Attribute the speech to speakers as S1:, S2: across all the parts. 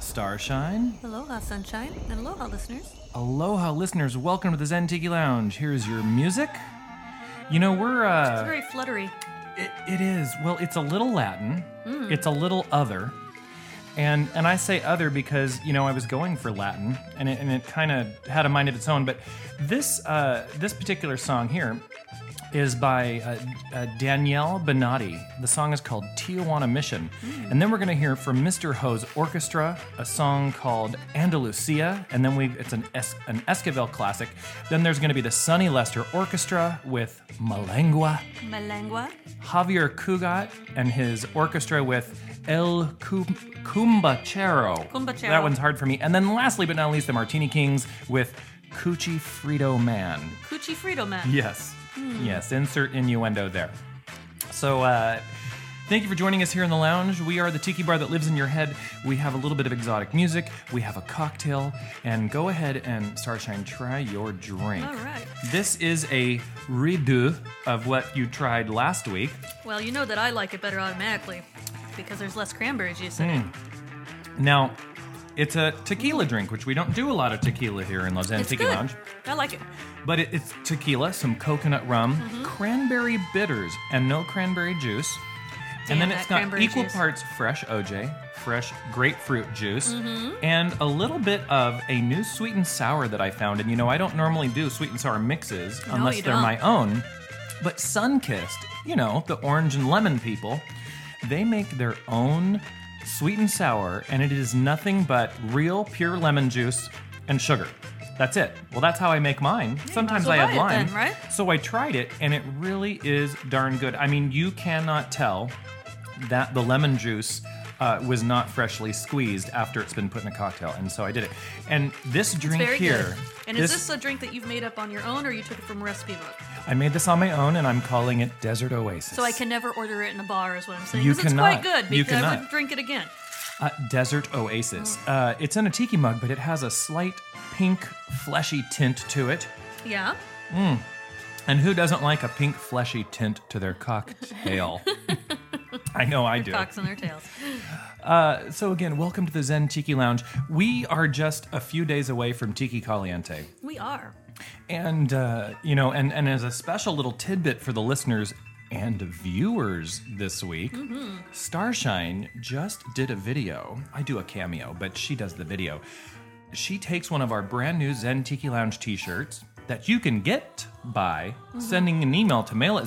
S1: Starshine.
S2: Aloha, sunshine, and aloha, listeners.
S1: Aloha, listeners. Welcome to the Zen Tiki Lounge. Here's your music. You know, we're.
S2: It's
S1: Uh,
S2: very fluttery.
S1: it, it is. Well, it's a little Latin, it's a little other. And, and I say other because you know I was going for Latin and it, and it kind of had a mind of its own. But this uh, this particular song here is by uh, uh, Danielle Benatti. The song is called Tijuana Mission. And then we're going to hear from Mr. Ho's Orchestra a song called Andalusia. And then we it's an, es- an Esquivel classic. Then there's going to be the Sonny Lester Orchestra with Malengua.
S2: Malangua.
S1: Javier Cugat and his orchestra with El Cum- Cumbachero.
S2: Cumbachero.
S1: That one's hard for me. And then lastly but not least, the Martini Kings with Coochie Frito Man.
S2: Coochie Frito Man.
S1: Yes. Yes, insert innuendo there. So, uh, thank you for joining us here in the lounge. We are the tiki bar that lives in your head. We have a little bit of exotic music, we have a cocktail, and go ahead and, Starshine, try your drink.
S2: All right.
S1: This is a redo of what you tried last week.
S2: Well, you know that I like it better automatically because there's less cranberry juice
S1: Hmm.
S2: in it.
S1: Now, it's a tequila drink, which we don't do a lot of tequila here in Los
S2: It's
S1: Antique
S2: good.
S1: Lounge.
S2: I like it.
S1: But it, it's tequila, some coconut rum,
S2: Mm-hmm.
S1: cranberry bitters, and no cranberry juice.
S2: Damn
S1: and then
S2: that
S1: it's got
S2: cranberry
S1: equal
S2: juice.
S1: parts fresh OJ, fresh grapefruit juice,
S2: Mm-hmm.
S1: and a little bit of a new sweet and sour that I found. And you know, I don't normally do sweet and sour mixes unless
S2: you
S1: they're
S2: don't.
S1: my own. But Sunkist, you know, the orange and lemon people, they make their own sweet and sour, and it is nothing but real pure lemon juice and sugar. That's it. Well, that's how I make mine. Sometimes
S2: well
S1: I have
S2: buy it
S1: lime.
S2: then, right?
S1: So I tried it, and it really is darn good. I mean, you cannot tell that the lemon juice uh, was not freshly squeezed after it's been put in a cocktail, and so I did it. And this drink
S2: Very
S1: here,
S2: good. And is this a drink that you've made up on your own or you took it from a recipe book?
S1: I made this on my own, and I'm calling it Desert Oasis.
S2: So I can never order it in a bar, is what I'm saying.
S1: You
S2: Because it's quite
S1: cannot.
S2: good
S1: You
S2: because I
S1: cannot.
S2: would drink it again.
S1: Uh, Desert Oasis. Uh, it's in a tiki mug, but it has a slight pink, fleshy tint to it.
S2: Yeah.
S1: And who doesn't like a pink, fleshy tint to their cocktail? I know I do.
S2: Cocks on their tails.
S1: So, again, welcome to the Zen Tiki Lounge. We are just a few days away from Tiki Caliente.
S2: We are.
S1: And, uh, you know, and, and as a special little tidbit for the listeners and viewers this week, Starshine just did a video. I do a cameo, but she does the video. She takes one of our brand new Zen Tiki Lounge t shirts that you can get by sending an email to mail at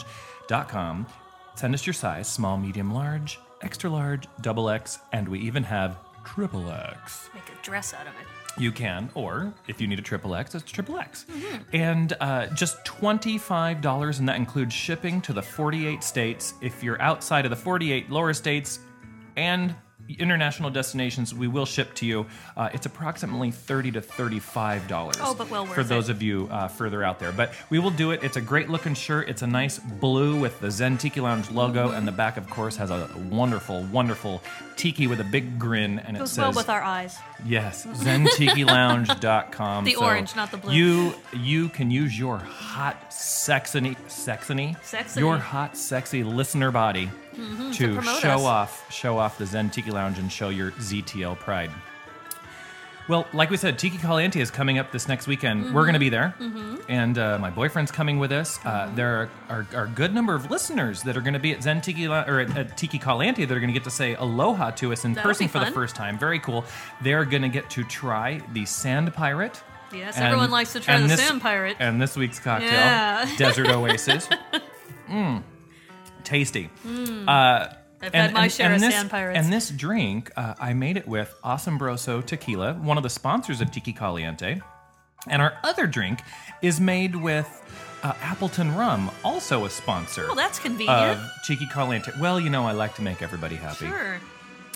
S1: zentikilounge.com. Send us your size small, medium, large, extra large, double X, and we even have triple X.
S2: Make a dress out of it.
S1: You can, or if you need a triple X, it's triple X.
S2: Mm-hmm.
S1: And uh, just $25, and that includes shipping to the 48 states. If you're outside of the 48 lower states and international destinations, we will ship to you. Uh, it's approximately $30 to $35
S2: Oh, but well
S1: for
S2: worth
S1: those
S2: it.
S1: of you uh, further out there. But we will do it. It's a great looking shirt. It's a nice blue with the Zen Tiki Lounge logo, and the back, of course, has a wonderful, wonderful tiki with a big grin, and it
S2: Goes
S1: says.
S2: well with our eyes.
S1: Yes, zentikilounge.com.
S2: The orange, not the blue.
S1: You you can use your hot sexy sexy
S2: Sexy. Mm-hmm.
S1: your hot sexy listener body to,
S2: promote
S1: show
S2: us.
S1: off show off the Zen Tiki Lounge and show your ZTL pride. Well, like we said, Tiki Caliente is coming up this next weekend. We're going to be there,
S2: Mm-hmm.
S1: and uh, my boyfriend's coming with us. Uh, there are, are, are a good number of listeners that are going to be at Zen Tiki La- or at, at Tiki Caliente that are going to get to say aloha to us in
S2: That'll
S1: person
S2: be
S1: for the
S2: fun.
S1: first time. Very cool. They're going to get to try the Sand Pirate.
S2: Yes, everyone likes to try
S1: and
S2: the
S1: this-
S2: sand pirate.
S1: And this week's cocktail,
S2: Yeah.
S1: Desert Oasis. Mmm, tasty.
S2: I've had my share of
S1: this,
S2: sand pirates.
S1: And this drink, uh, I made it with Asombroso Tequila, one of the sponsors of Tiki Caliente. And our other drink is made with uh, Appleton Rum, also a sponsor
S2: well, Oh, that's
S1: of
S2: convenient.
S1: Tiki Caliente. Well, you know, I like to make everybody happy.
S2: sure.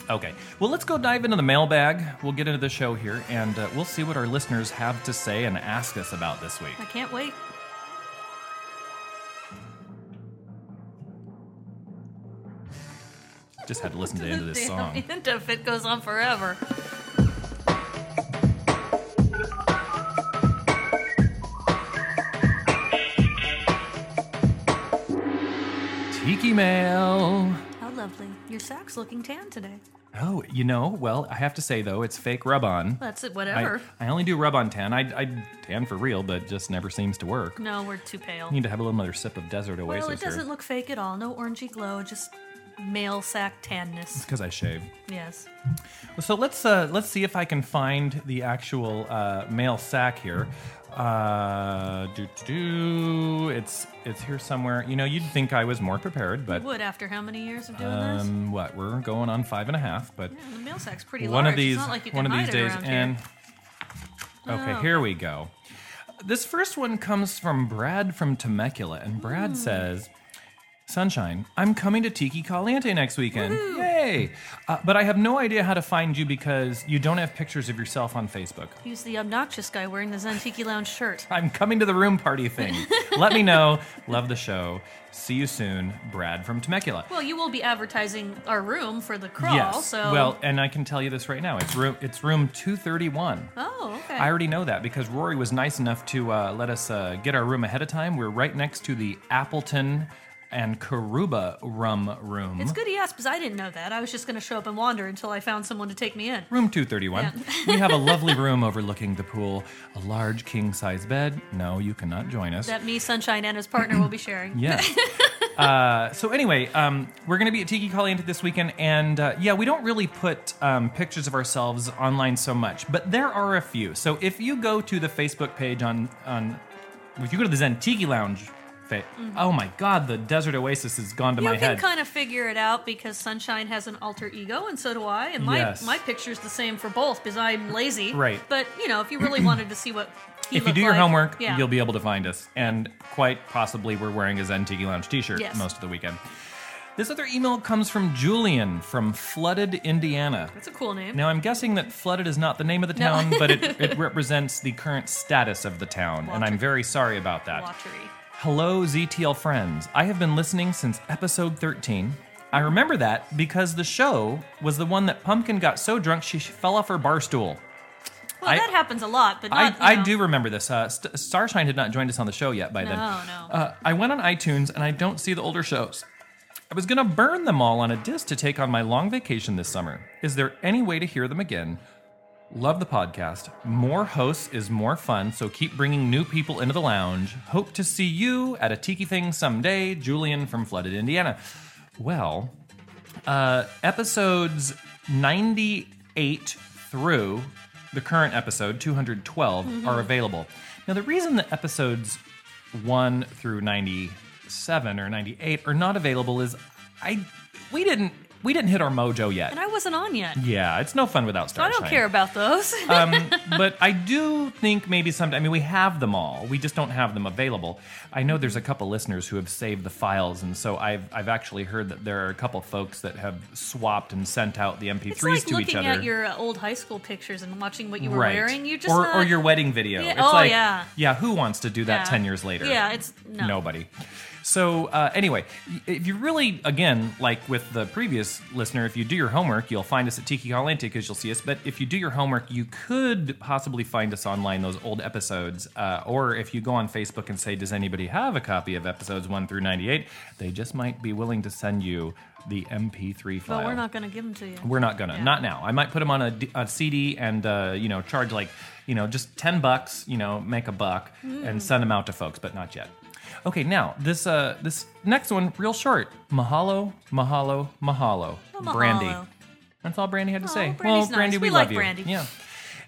S1: Okay. Well, let's go dive into the mailbag. We'll get into the show here, and uh, we'll see what our listeners have to say and ask us about this week.
S2: I can't wait.
S1: Just had to listen to the end of this
S2: Damn,
S1: song.
S2: the end of it goes on forever.
S1: Tiki Mail.
S2: How lovely. Your sack's looking tan today.
S1: Oh, you know, well, I have to say though, it's fake rub on.
S2: That's it.
S1: I,
S2: Whatever.
S1: I only do rub on tan. I, I tan for real, but just never seems to work.
S2: no, we're too pale.
S1: Need to have a little another sip of Desert Oasis
S2: Well, it
S1: here.
S2: doesn't look fake at all. No orangey glow. Just male sack tanness.
S1: because I shave.
S2: Yes.
S1: So let's uh, let's see if I can find the actual uh, male sack here. Uh, do do. It's it's here somewhere. You know, you'd think I was more prepared, but
S2: Would after how many years of doing this?
S1: um, what we're going on five and a half, but
S2: Yeah, the male sack's pretty
S1: one
S2: large.
S1: of these
S2: it's not like you can
S1: one of
S2: hide
S1: these
S2: it
S1: days
S2: around here.
S1: and okay
S2: Oh.
S1: here we go this first one comes from brad from temecula and
S2: Hmm.
S1: brad says sunshine i'm coming to tiki caliente next weekend yay uh, but i have no idea how to find you because you don't have pictures of yourself on facebook
S2: He's the obnoxious guy wearing the Zantiki Lounge shirt.
S1: i'm coming to the room party thing let me know love the show see you soon brad from temecula
S2: Well, you will be advertising our room for the crawl,
S1: yes
S2: so
S1: well and i can tell you this right now it's room it's room 231
S2: Oh, okay.
S1: I already know that because Rory was nice enough to uh, let us uh, get our room ahead of time. We're right next to the Appleton and Karuba rum room.
S2: it's good he asked because I didn't know that. I was just going to show up and wander until I found someone to take me in.
S1: Room 231. we have a lovely room overlooking the pool, a large king size bed. No, you cannot join us.
S2: That me, Sunshine, and his partner will be sharing.
S1: Yeah. uh, so anyway, um, we're going to be at Tiki Caliente this weekend, and uh, yeah, we don't really put um, pictures of ourselves online so much, but there are a few. So if you go to the Facebook page on on, if you go to the Zen Tiki Lounge, fa- oh my God, the Desert Oasis has gone to
S2: Mm-hmm. You
S1: my
S2: can
S1: head.
S2: kind of figure it out because Sunshine has an alter ego, and so do I. And my
S1: Yes.
S2: my picture's the same for both because I'm lazy.
S1: Right.
S2: But you know, if you really wanted to see what he
S1: if you
S2: looked
S1: do your
S2: like-
S1: homework,
S2: yeah.
S1: you'll be able to find us. And quite possibly, we're wearing a Zen Tiki Lounge t shirt
S2: Yes.
S1: most of the weekend. This other email comes from Julian from Flooded, Indiana.
S2: That's a cool name.
S1: Now, I'm guessing that flooded is not the name of the
S2: No.
S1: town, but it, it represents the current status of the town, and I'm very sorry about that.
S2: Watery.
S1: Hello, ZTL friends. I have been listening since episode 13. I remember that because the show was the one that Pumpkin got so drunk she fell off her bar stool.
S2: Well,
S1: I-
S2: that happens a lot, but
S1: I,
S2: not, you
S1: I
S2: know.
S1: do remember this. Uh, St- Starshine had not joined us on the show yet by then.
S2: No, no.
S1: Uh, I went on iTunes and I don't see the older shows. I was going to burn them all on a disc to take on my long vacation this summer. Is there any way to hear them again? Love the podcast. More hosts is more fun, so keep bringing new people into the lounge. Hope to see you at a tiki thing someday. Julian from Flooded, Indiana. Well, uh, episodes 98 through the current episode 212
S2: Mm-hmm.
S1: are available. Now, the reason that episodes 1 through 97 or 98 are not available is I we didn't we didn't hit our mojo yet.
S2: And I wasn't on yet.
S1: yeah, it's no fun without
S2: I
S1: Starshine.
S2: don't care about those.
S1: um, but I do think maybe someday. I mean, we have them all. We just don't have them available. I know there's a couple listeners who have saved the files, and so I've I've actually heard that there are a couple folks that have swapped and sent out the MP3s
S2: it's like
S1: to each
S2: looking
S1: other.
S2: at your uh, old high school pictures and watching what you were
S1: right.
S2: wearing. You just
S1: or,
S2: not,
S1: or your wedding video.
S2: Yeah,
S1: It's
S2: oh,
S1: like,
S2: yeah.
S1: who wants to do that
S2: Yeah.
S1: 10 years later?
S2: Yeah, it's- no.
S1: Nobody. So, uh, anyway, y- if you really, again, like with the previous listener, if you do your homework, you'll find us at Tiki Caliente because you'll see us. But if you do your homework, you could possibly find us online, those old episodes. Uh, or if you go on Facebook and say, Does anybody have a copy of episodes 1 through 98? They just might be willing to send you the MP3 file.
S2: but we're not going to give them to you.
S1: We're not gonna.
S2: Yeah.
S1: Not now. I might put them on a, d- a CD and uh, you know charge like you know just ten bucks. You know, make a buck
S2: Mm.
S1: and send them out to folks, but not yet. Okay, now this uh this next one real short. Mahalo, mahalo, mahalo.
S2: Oh,
S1: Brandy.
S2: mahalo.
S1: That's all Brandy had to
S2: Oh,
S1: say.
S2: Brandy's
S1: well, Brandy,
S2: nice.
S1: we,
S2: We
S1: love
S2: like
S1: you.
S2: Brandy.
S1: Yeah.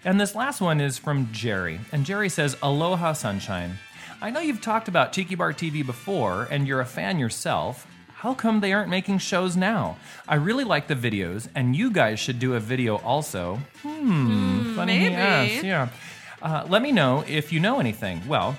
S1: And this last one is from Jerry. And Jerry says, Aloha, sunshine. I know you've talked about Tiki Bar TV before, and you're a fan yourself. How come they aren't making shows now? I really like the videos, and you guys should do a video also. Hmm, funny he
S2: maybe.
S1: asked, Yeah. Uh, let me know if you know anything. Well,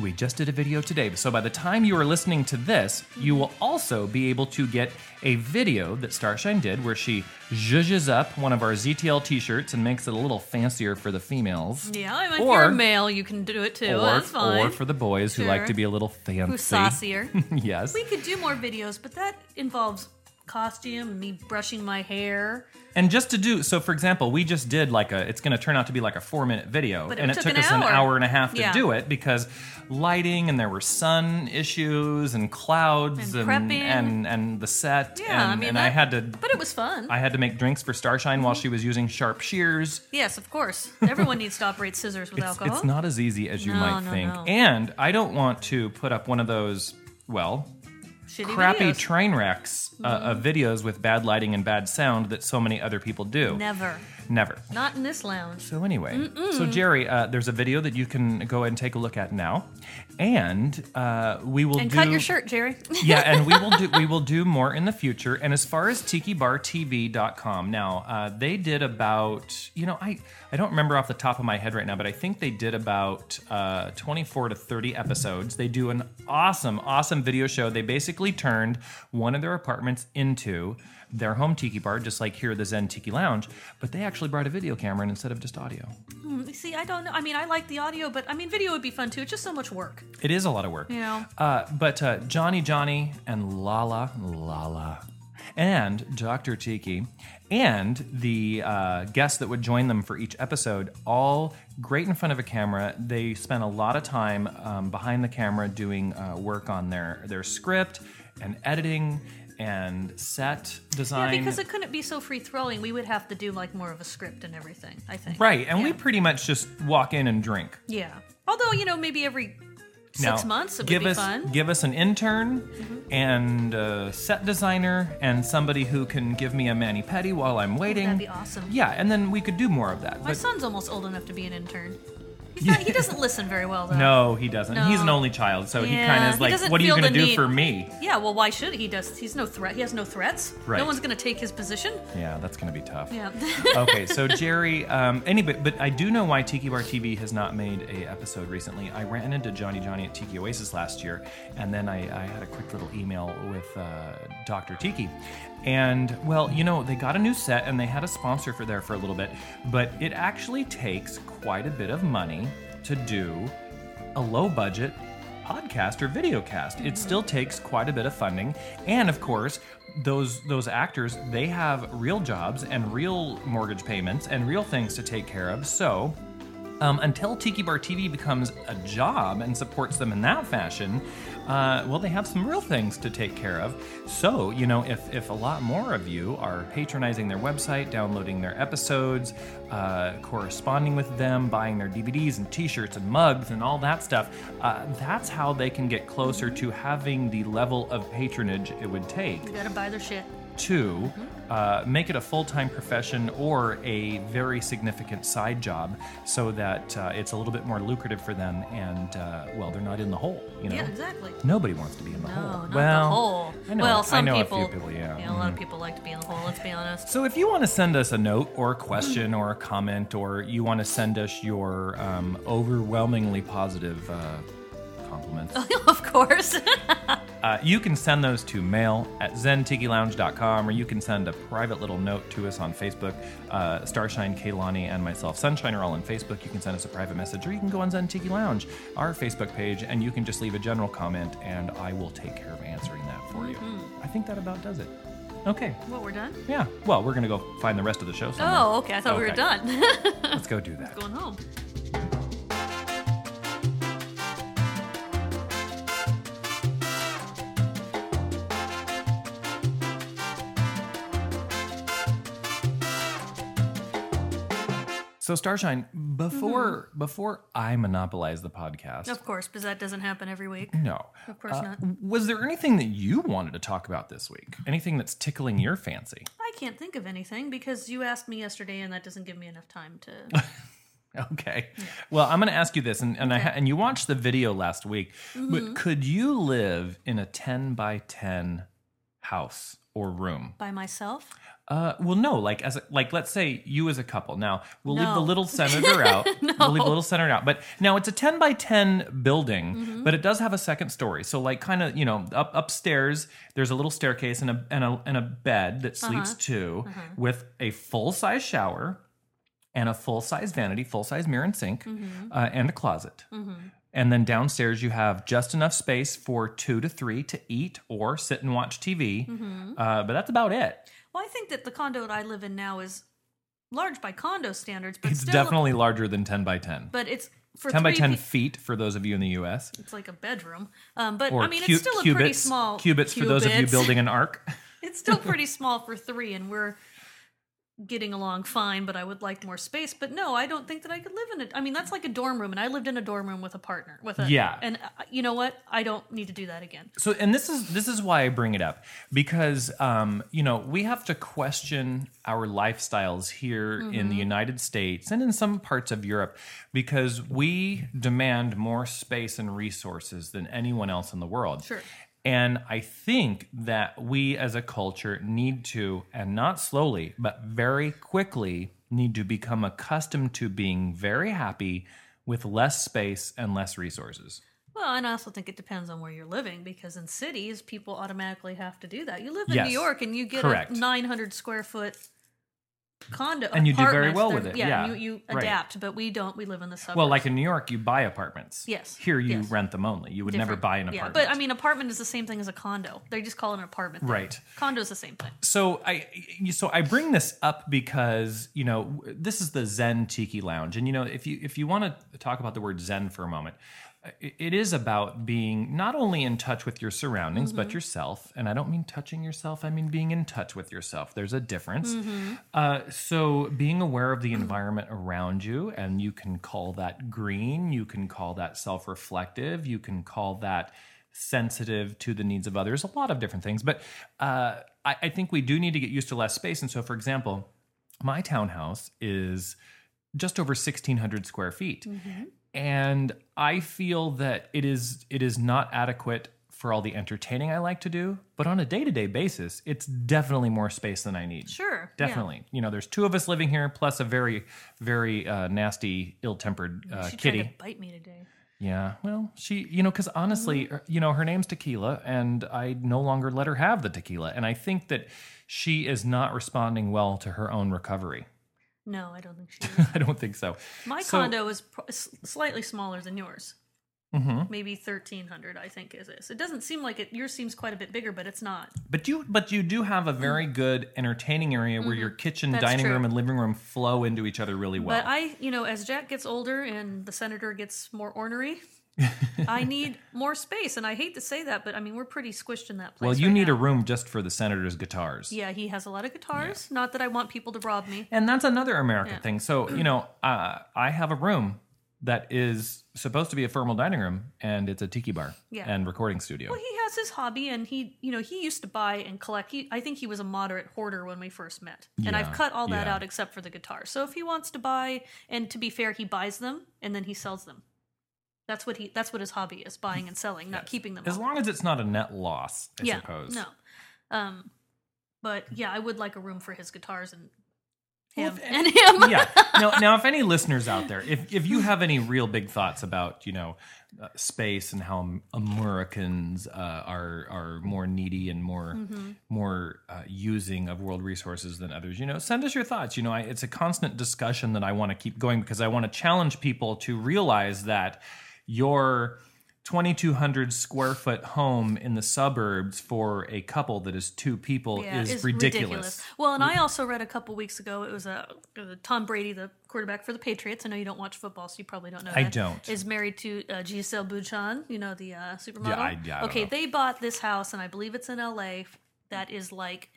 S1: we just did a video today, so by the time you are listening to this, you will also be able to get a video that Starshine did where she zhuzhes up one of our ZTL t shirts and makes it a little fancier for the females.
S2: Yeah, I mean, if
S1: Or-
S2: you're a male, you can do it too.
S1: Or,
S2: That's fine.
S1: or for the boys who like
S2: Sure.
S1: to be a little fancy.
S2: Who's saucier.
S1: yes.
S2: we could do more videos, but that involves costume, me brushing my hair.
S1: And just to do so, for example, we just did like a. It's going to turn out to be like a four-minute video,
S2: But it
S1: and it
S2: took
S1: took
S2: an
S1: us an
S2: hour.
S1: hour and a half to
S2: Yeah.
S1: do it because lighting and there were sun issues and clouds
S2: And
S1: and
S2: prepping.
S1: and, and the set.
S2: Yeah,
S1: and,
S2: I mean,
S1: and
S2: that,
S1: I had to.
S2: But it was fun.
S1: I had to make drinks for Starshine while she
S2: Mm-hmm.
S1: was using sharp shears.
S2: yes, of course. Everyone needs to operate scissors with
S1: It's,
S2: alcohol.
S1: it's not as easy as you
S2: No,
S1: might
S2: no,
S1: think.
S2: no.
S1: And I don't want to put up one of those, well,
S2: Shitty
S1: crappy
S2: videos. Mm-hmm.
S1: train wrecks uh, of videos with bad lighting and bad sound that so many other people do.
S2: Never.
S1: Never.
S2: Not in this lounge.
S1: So anyway, so Jerry, uh, there's a video that you can go and take a look at now, and uh, we will
S2: And
S1: do,
S2: cut your shirt, Jerry.
S1: yeah, and we will do we will do more in the future. And as far as TikiBarTV.com, now uh, they did about you know I I don't remember off the top of my head right now, but I think they did about uh, 24 to 30 episodes. They do an awesome awesome video show. They basically turned one of their apartments into their home tiki bar, just like here the Zen Tiki Lounge, but they actually brought a video camera in instead of just audio.
S2: See, I don't know. I mean, I like the audio, but I mean, video would be fun too. It's just so much work.
S1: It is a lot of work.
S2: Yeah.
S1: Uh, but uh, Johnny Johnny and Lala Lala and Dr. Tiki and the uh, guests that would join them for each episode, all great in front of a camera. They spent a lot of time um, behind the camera doing uh, work on their, their script and editing and set design.
S2: Yeah, because it couldn't be so free throwing. We would have to do like more of a script and everything. I think.
S1: right. And we
S2: Yeah.
S1: pretty much just walk in and drink.
S2: Yeah. Although you know, maybe every six
S1: Now,
S2: months it
S1: give
S2: would be
S1: us,
S2: fun. Mm-hmm.
S1: Give us an intern and a set designer and somebody who can give me a mani pedi while I'm waiting.
S2: That'd be awesome.
S1: Yeah, and then we could do more of that.
S2: My
S1: But
S2: son's almost old enough to be an intern. He's not, he doesn't listen very well though.
S1: no, he doesn't. He's an
S2: No.
S1: only child, so he
S2: Yeah,
S1: kind of is
S2: he
S1: like,
S2: doesn't
S1: "What are you
S2: feel
S1: going to
S2: the
S1: do
S2: need."
S1: for me?"
S2: Yeah. Well, why should he? Does he's no threat? He has no threats.
S1: Right.
S2: No one's gonna take his position.
S1: Yeah, that's going to be tough.
S2: Yeah.
S1: okay, so Jerry, um, anyway, but I do know why Tiki Bar TV has not made a episode recently. I ran into Johnny Johnny at Tiki Oasis last year, and then I, I had a quick little email with uh, Dr. Tiki. And well, you know, they got a new set and they had a sponsor for there for a little bit, but it actually takes quite a bit of money to do a low budget podcast or video cast. It still takes quite a bit of funding. And of course, those those actors, they have real jobs and real mortgage payments and real things to take care of. So um, until Tiki Bar TV becomes a job and supports them in that fashion, uh, well, they have some real things to take care of. So, you know, if, if a lot more of you are patronizing their website, downloading their episodes, uh, corresponding with them, buying their DVDs and t shirts and mugs and all that stuff, uh, that's how they can get closer to having the level of patronage it would take
S2: you gotta buy their shit.
S1: to uh, make it a full time profession or a very significant side job so that uh, it's a little bit more lucrative for them and, uh, well, they're not in the hole, you know?
S2: Yeah. Exactly.
S1: Nobody wants to be in the
S2: No,
S1: hole.
S2: not
S1: well,
S2: the hole.
S1: I know,
S2: well, some
S1: I know
S2: people,
S1: a few people, yeah.
S2: you know, a lot of people like to be in the hole. Let's be honest.
S1: So if you want to send us a note or a question or a comment or you want to send us your um, overwhelmingly positive uh, compliments,
S2: of course.
S1: uh, you can send those to mail at zentikilounge.com or you can send a private little note to us on Facebook. Uh, Starshine, Kaylani, and myself, Sunshine, are all on Facebook. You can send us a private message or you can go on Zen Tiki Lounge, our Facebook page, and you can just leave a general comment and I will take care of answering that for you.
S2: Mm-hmm.
S1: I think that about does it. Okay.
S2: what we're done?
S1: Yeah. Well, we're going to go find the rest of the show. Somewhere.
S2: Oh, okay. I thought we were
S1: Okay.
S2: done.
S1: Let's go do that.
S2: Going home.
S1: So, Starshine, before before I monopolize the podcast,
S2: Mm-hmm. Of course, because that doesn't happen every week.
S1: No. Of
S2: course not.
S1: Was there anything that you wanted to talk about this week? Anything that's tickling your fancy?
S2: I can't think of anything because you asked me yesterday, and that doesn't give me enough time to.
S1: Okay. Well, I'm going to ask you this, and and, I ha- and you watched the video last week, but could you live in a 10 by 10 house or room?
S2: by myself?
S1: Uh, well, no. Like as a, like, let's say you as a couple. Now we'll leave the
S2: No.
S1: little senator out. We'll leave the little senator out. But now it's a ten by ten building, but it does have a second story. So like, kind of you know, up upstairs there's a little staircase and a and a and a bed that sleeps two with a full size shower and a full size vanity, full size mirror and sink, uh, and a closet. And then downstairs, you have just enough space for two to three to eat or sit and watch TV. Uh, but that's about it.
S2: Well, I think that the condo that I live in now is large by condo standards, but
S1: It's
S2: still,
S1: definitely larger than 10 by 10.
S2: But it's for
S1: 10 by
S2: three
S1: 10
S2: peo-
S1: feet for those of you in the US.
S2: It's like a bedroom, um, but
S1: Or
S2: I mean,
S1: cu-
S2: it's still a
S1: cubits,
S2: pretty small
S1: Cubits for those of you
S2: Cubits.
S1: building an arc.
S2: It's still pretty small for three, and we're getting along fine. But I would like more space. But no, I don't think that I could live in it. I mean, that's like a dorm room, and I lived in a dorm room with a partner. With a
S1: Yeah.
S2: and uh, you know what? I don't need to do that again.
S1: so and this is this is why I bring it up because um, you know we have to question our lifestyles here in the United States and in some parts of Europe because we demand more space and resources than anyone else in the world.
S2: Sure.
S1: And I think that we as a culture need to, and not slowly, but very quickly, need to become accustomed to being very happy with less space and less resources.
S2: Well, and I also think it depends on where you're living because in cities, people automatically have to do that. You live in
S1: Yes.
S2: New York, and you get
S1: Correct.
S2: a 900 square foot condo,
S1: And you do very
S2: apartments.
S1: well
S2: They're-
S1: with it.
S2: Yeah,
S1: Yeah.
S2: you, you
S1: Right.
S2: adapt, but we don't. We live in the suburbs.
S1: Well, like in New York, you buy apartments.
S2: Yes,
S1: Here, you
S2: yes.
S1: rent them only. You would never
S2: different.
S1: buy an
S2: Yeah,
S1: apartment.
S2: but I mean, apartment is the same thing as a condo. They just call it an apartment. there.
S1: Right.
S2: Condo's the same thing.
S1: so I, so I bring this up because you know this is the Zen Tiki Lounge, and you know if you if you want to talk about the word Zen for a moment, uh, it- it is about being not only in touch with your surroundings
S2: Mm-hmm.
S1: but yourself. And I don't mean touching yourself; I mean being in touch with yourself. There's a difference.
S2: Mm-hmm.
S1: Uh, so being aware of the environment around you, and you can call that green, you can call that self reflective, you can call that sensitive to the needs of others, a lot of different things. But uh, I, I think we do need to get used to less space. And so, for example, my townhouse is just over 1600 square feet and i feel that it is it is not adequate for all the entertaining i like to do but on a day-to-day basis it's definitely more space than i need
S2: Sure. yeah.
S1: definitely you know there's two of us living here plus a very very uh, nasty ill-tempered uh,
S2: she
S1: kitty
S2: tried to bite me today.
S1: yeah well she you know because honestly
S2: Mm-hmm.
S1: er, you know her name's tequila and i no longer let her have the tequila and i think that she is not responding well to her own recovery
S2: No, I don't think she did.
S1: i don't think so
S2: My
S1: So-
S2: condo is pro- s- slightly smaller than yours. Mm-hmm. Maybe 1,300, I think, is this. It doesn't seem like it. Yours seems quite a bit bigger, but it's not.
S1: But you but you do have a very good entertaining area where your kitchen,
S2: Mm. Mm-hmm. That's
S1: dining
S2: true.
S1: room, and living room flow into each other really well.
S2: But I, you know, as Jack gets older and the senator gets more ornery, I need more space. And I hate to say that, but I mean, we're pretty squished in that place.
S1: well, you
S2: right
S1: need
S2: now.
S1: a room just for the senator's guitars.
S2: Yeah, he has a lot of guitars. Not that I want people to rob me.
S1: And that's another American
S2: Yeah.
S1: thing. So, you know, uh, I have a room that is supposed to be a formal dining room and it's a tiki bar
S2: Yeah.
S1: and recording studio.
S2: Well, he has his hobby, and he, you know, he used to buy and collect. He, I think he was a moderate hoarder when we first met, and I've
S1: Yeah,
S2: cut all that
S1: yeah.
S2: out except for the guitar. So if he wants to buy, and to be fair, he buys them and then he sells them. That's what he. That's what his hobby is: buying and selling, not keeping them.
S1: as
S2: all.
S1: long as it's not a net loss, I
S2: yeah,
S1: suppose.
S2: no. Um, but yeah, I would like a room for his guitars and
S1: Well,
S2: him
S1: if-
S2: and him.
S1: yeah. Now, now, if any listeners out there, if if you have any real big thoughts about you know uh, space and how Am- Americans uh, are are more needy and more
S2: Mm-hmm.
S1: more uh, using of world resources than others, you know, send us your thoughts. You know, I, it's a constant discussion that I want to keep going because I want to challenge people to realize that your 2200 square foot home in the suburbs for a couple that is two people
S2: Yeah,
S1: is,
S2: it's
S1: ridiculous. Mm.
S2: Well, and I also read a couple weeks ago. It was a uh, Tom Brady, the quarterback for the Patriots. I know you don't watch football, so you probably don't know.
S1: I
S2: that,
S1: don't.
S2: Is married to uh, Giselle Buchan. You know the uh, supermodel.
S1: I- yeah, I don't
S2: okay,
S1: know.
S2: they bought this house, and I believe it's in L.A. That is like,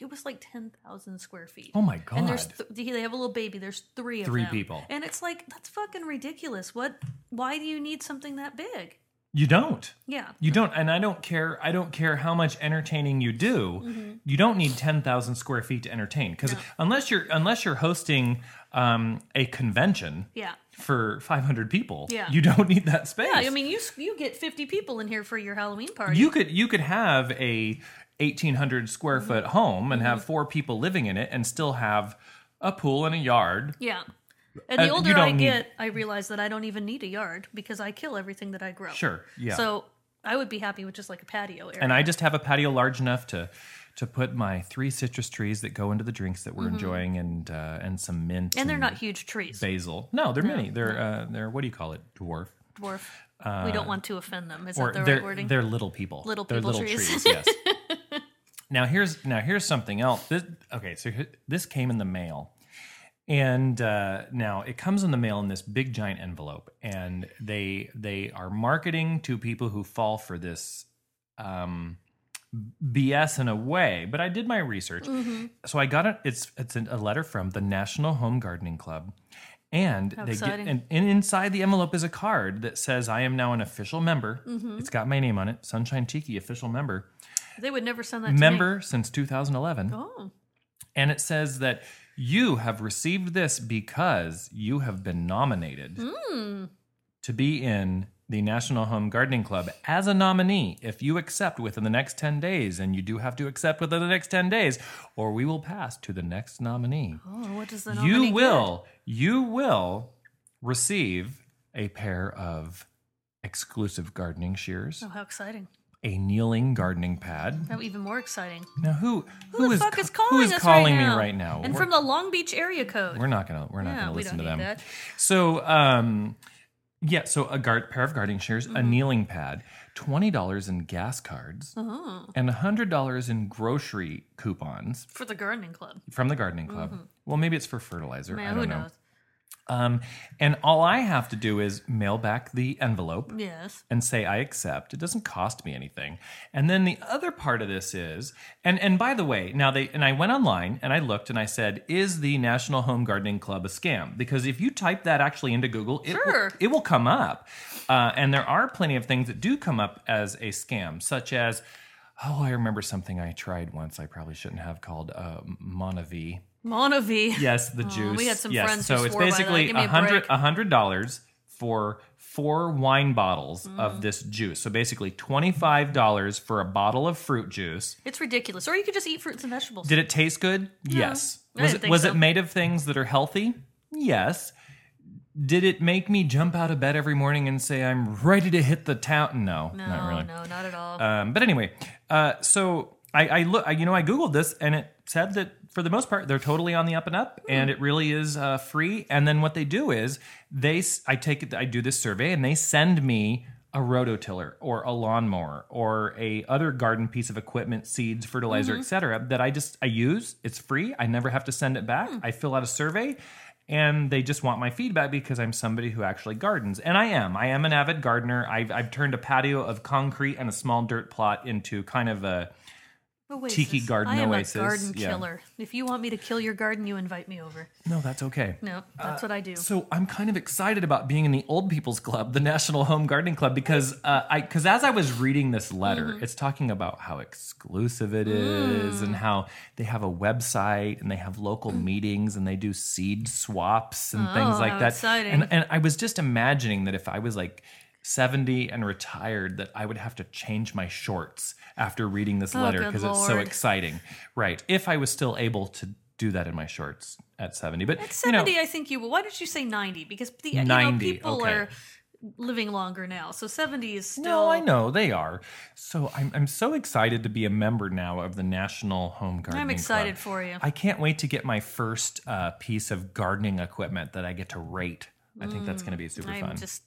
S2: it was like ten thousand square feet.
S1: Oh my god!
S2: And there's th- they have a little baby. There's three of
S1: Three
S2: them.
S1: people.
S2: and it's like that's fucking ridiculous. What? Why do you need something that big?
S1: you don't.
S2: Yeah,
S1: You don't, and I don't care. I don't care how much entertaining you do.
S2: Mm-hmm.
S1: You don't need ten thousand square feet to entertain, because unless you're unless you're hosting um, a convention
S2: yeah.
S1: for five hundred people,
S2: Yeah.
S1: you don't need that space.
S2: Yeah, I mean, you s- you get fifty people in here for your Halloween party.
S1: you could you could have a eighteen hundred square
S2: Mm-hmm.
S1: foot home and have four people living in it, and still have a pool and a yard.
S2: Yeah. And the
S1: Uh, you
S2: older I
S1: don't need-
S2: get, I realize that I don't even need a yard because I kill everything that I grow.
S1: Sure, yeah.
S2: So I would be happy with just like a patio area.
S1: And I just have a patio large enough to to put my three citrus trees that go into the drinks that we're enjoying, and uh, and some mint.
S2: Mm-hmm. And they're not huge trees. Oh.
S1: basil. No, they're mini. They're uh, they're what do you call it? Dwarf.
S2: dwarf. we don't want to offend them. Is that the
S1: uh, they're,
S2: right wording?
S1: they're little people.
S2: Little
S1: they're
S2: people
S1: little trees.
S2: trees.
S1: yes. Now here's now here's something else. This, okay, so here- this came in the mail, and uh, now it comes in the mail in this big giant envelope, and they they are marketing to people who fall for this um, BS in a way. But I did my research, so I got it. It's it's an- a letter from the National Home Gardening Club. And they get,
S2: exciting.
S1: and, and inside the envelope is a card that says, "I am now an official member." It's got my name on it, Sunshine Tiki, official member
S2: they would never send that to me.
S1: member since 2011
S2: Oh,
S1: and it says that you have received this because you have been nominated
S2: Hmm.
S1: to be in the National Home Gardening Club as a nominee if you accept within the next 10 days and you do have to accept within the next 10 days or we will pass to the next nominee
S2: oh, what does the nominee
S1: you
S2: get?
S1: will you will receive a pair of exclusive gardening shears
S2: Oh, how exciting!
S1: a kneeling gardening pad
S2: How even more exciting.
S1: now who
S2: Who, the
S1: is
S2: fuck
S1: ca-
S2: is calling
S1: who is
S2: us
S1: calling
S2: right
S1: me
S2: now?
S1: right now?
S2: And
S1: We're-
S2: from the Long Beach area code.
S1: We're not gonna we're not
S2: Yeah,
S1: gonna
S2: we
S1: listen to them.
S2: don't need that.
S1: So um yeah, so a guard pair of guarding shears,
S2: Mm-hmm.
S1: a kneeling pad, twenty dollars in gas cards,
S2: Uh-huh.
S1: and hundred dollars in grocery coupons
S2: for the gardening club.
S1: from the gardening club. Well, maybe it's for fertilizer. I
S2: Mm-hmm. Man,
S1: don't
S2: who
S1: know.
S2: knows?
S1: Um, and all I have to do is mail back the envelope
S2: Yes.
S1: and say I accept. It doesn't cost me anything. And then the other part of this is, and and by the way, now they and I went online and I looked and I said, is the National Home Gardening Club a scam? Because if you type that actually into Google, it
S2: Sure.
S1: will, it will come up. Uh, and there are plenty of things that do come up as a scam, such as. Oh, I remember something I tried once. I probably shouldn't have called uh, Monavi.
S2: Monavi.
S1: Yes, the juice.
S2: had some
S1: yes.
S2: friends
S1: so
S2: who
S1: it's
S2: swore by that.
S1: basically
S2: Give me a
S1: hundred
S2: break.
S1: a hundred dollars for four wine bottles
S2: Mm.
S1: of this juice. So basically twenty five dollars for a bottle of fruit juice.
S2: It's ridiculous. Or you could just eat fruits and vegetables.
S1: Did it taste good? Yes.
S2: I
S1: Was
S2: didn't
S1: it
S2: think
S1: was
S2: so.
S1: it made of things that are healthy? Yes. Did it make me jump out of bed every morning and say I'm ready to hit the town? No,
S2: no,
S1: not really.
S2: no, not at all.
S1: Um, but anyway, uh, so I, I look, I, you know, I googled this and it said that for the most part they're totally on the up and up, and it really is uh, free. And then what they do is they, s- I take it, I do this survey, and they send me a rototiller or a lawnmower or a other garden piece of equipment, seeds, fertilizer, etc. That I just I use. It's free. I never have to send it back. I fill out a survey. And they just want my feedback because I'm somebody who actually gardens. And I am. I am an avid gardener. I've, I've turned a patio of concrete and a small dirt plot into kind of a.
S2: Oasis.
S1: tiki garden
S2: I am
S1: oasis,
S2: a garden
S1: yeah.
S2: killer. If you want me to kill your garden, you invite me over.
S1: No, that's okay.
S2: No, that's what I do.
S1: So I'm kind of excited about being in the Old People's Club, the National Home Gardening Club, because uh, I because as I was reading this letter,
S2: Mm-hmm.
S1: it's talking about how exclusive it is
S2: Mm.
S1: and how they have a website and they have local meetings and they do seed swaps and things
S2: Oh,
S1: like
S2: how
S1: that.
S2: exciting.
S1: And and I was just imagining that if I was like. 70 and retired that I would have to change my shorts after reading this letter
S2: Oh, good
S1: because it's so
S2: Lord.
S1: exciting. Right. If I was still able to do that in my shorts at 70. But
S2: At
S1: you know,
S2: 70, I think you will. Why did you say 90? Because the, you
S1: 90,
S2: know, people
S1: okay.
S2: are living longer now. So 70 is still.
S1: No, I know they are. So I'm I'm so excited to be a member now of the National Home Gardening.
S2: I'm excited
S1: Club.
S2: for you.
S1: I can't wait to get my first uh, piece of gardening equipment that I get to rate. I think that's going to be super
S2: I'm
S1: fun.
S2: just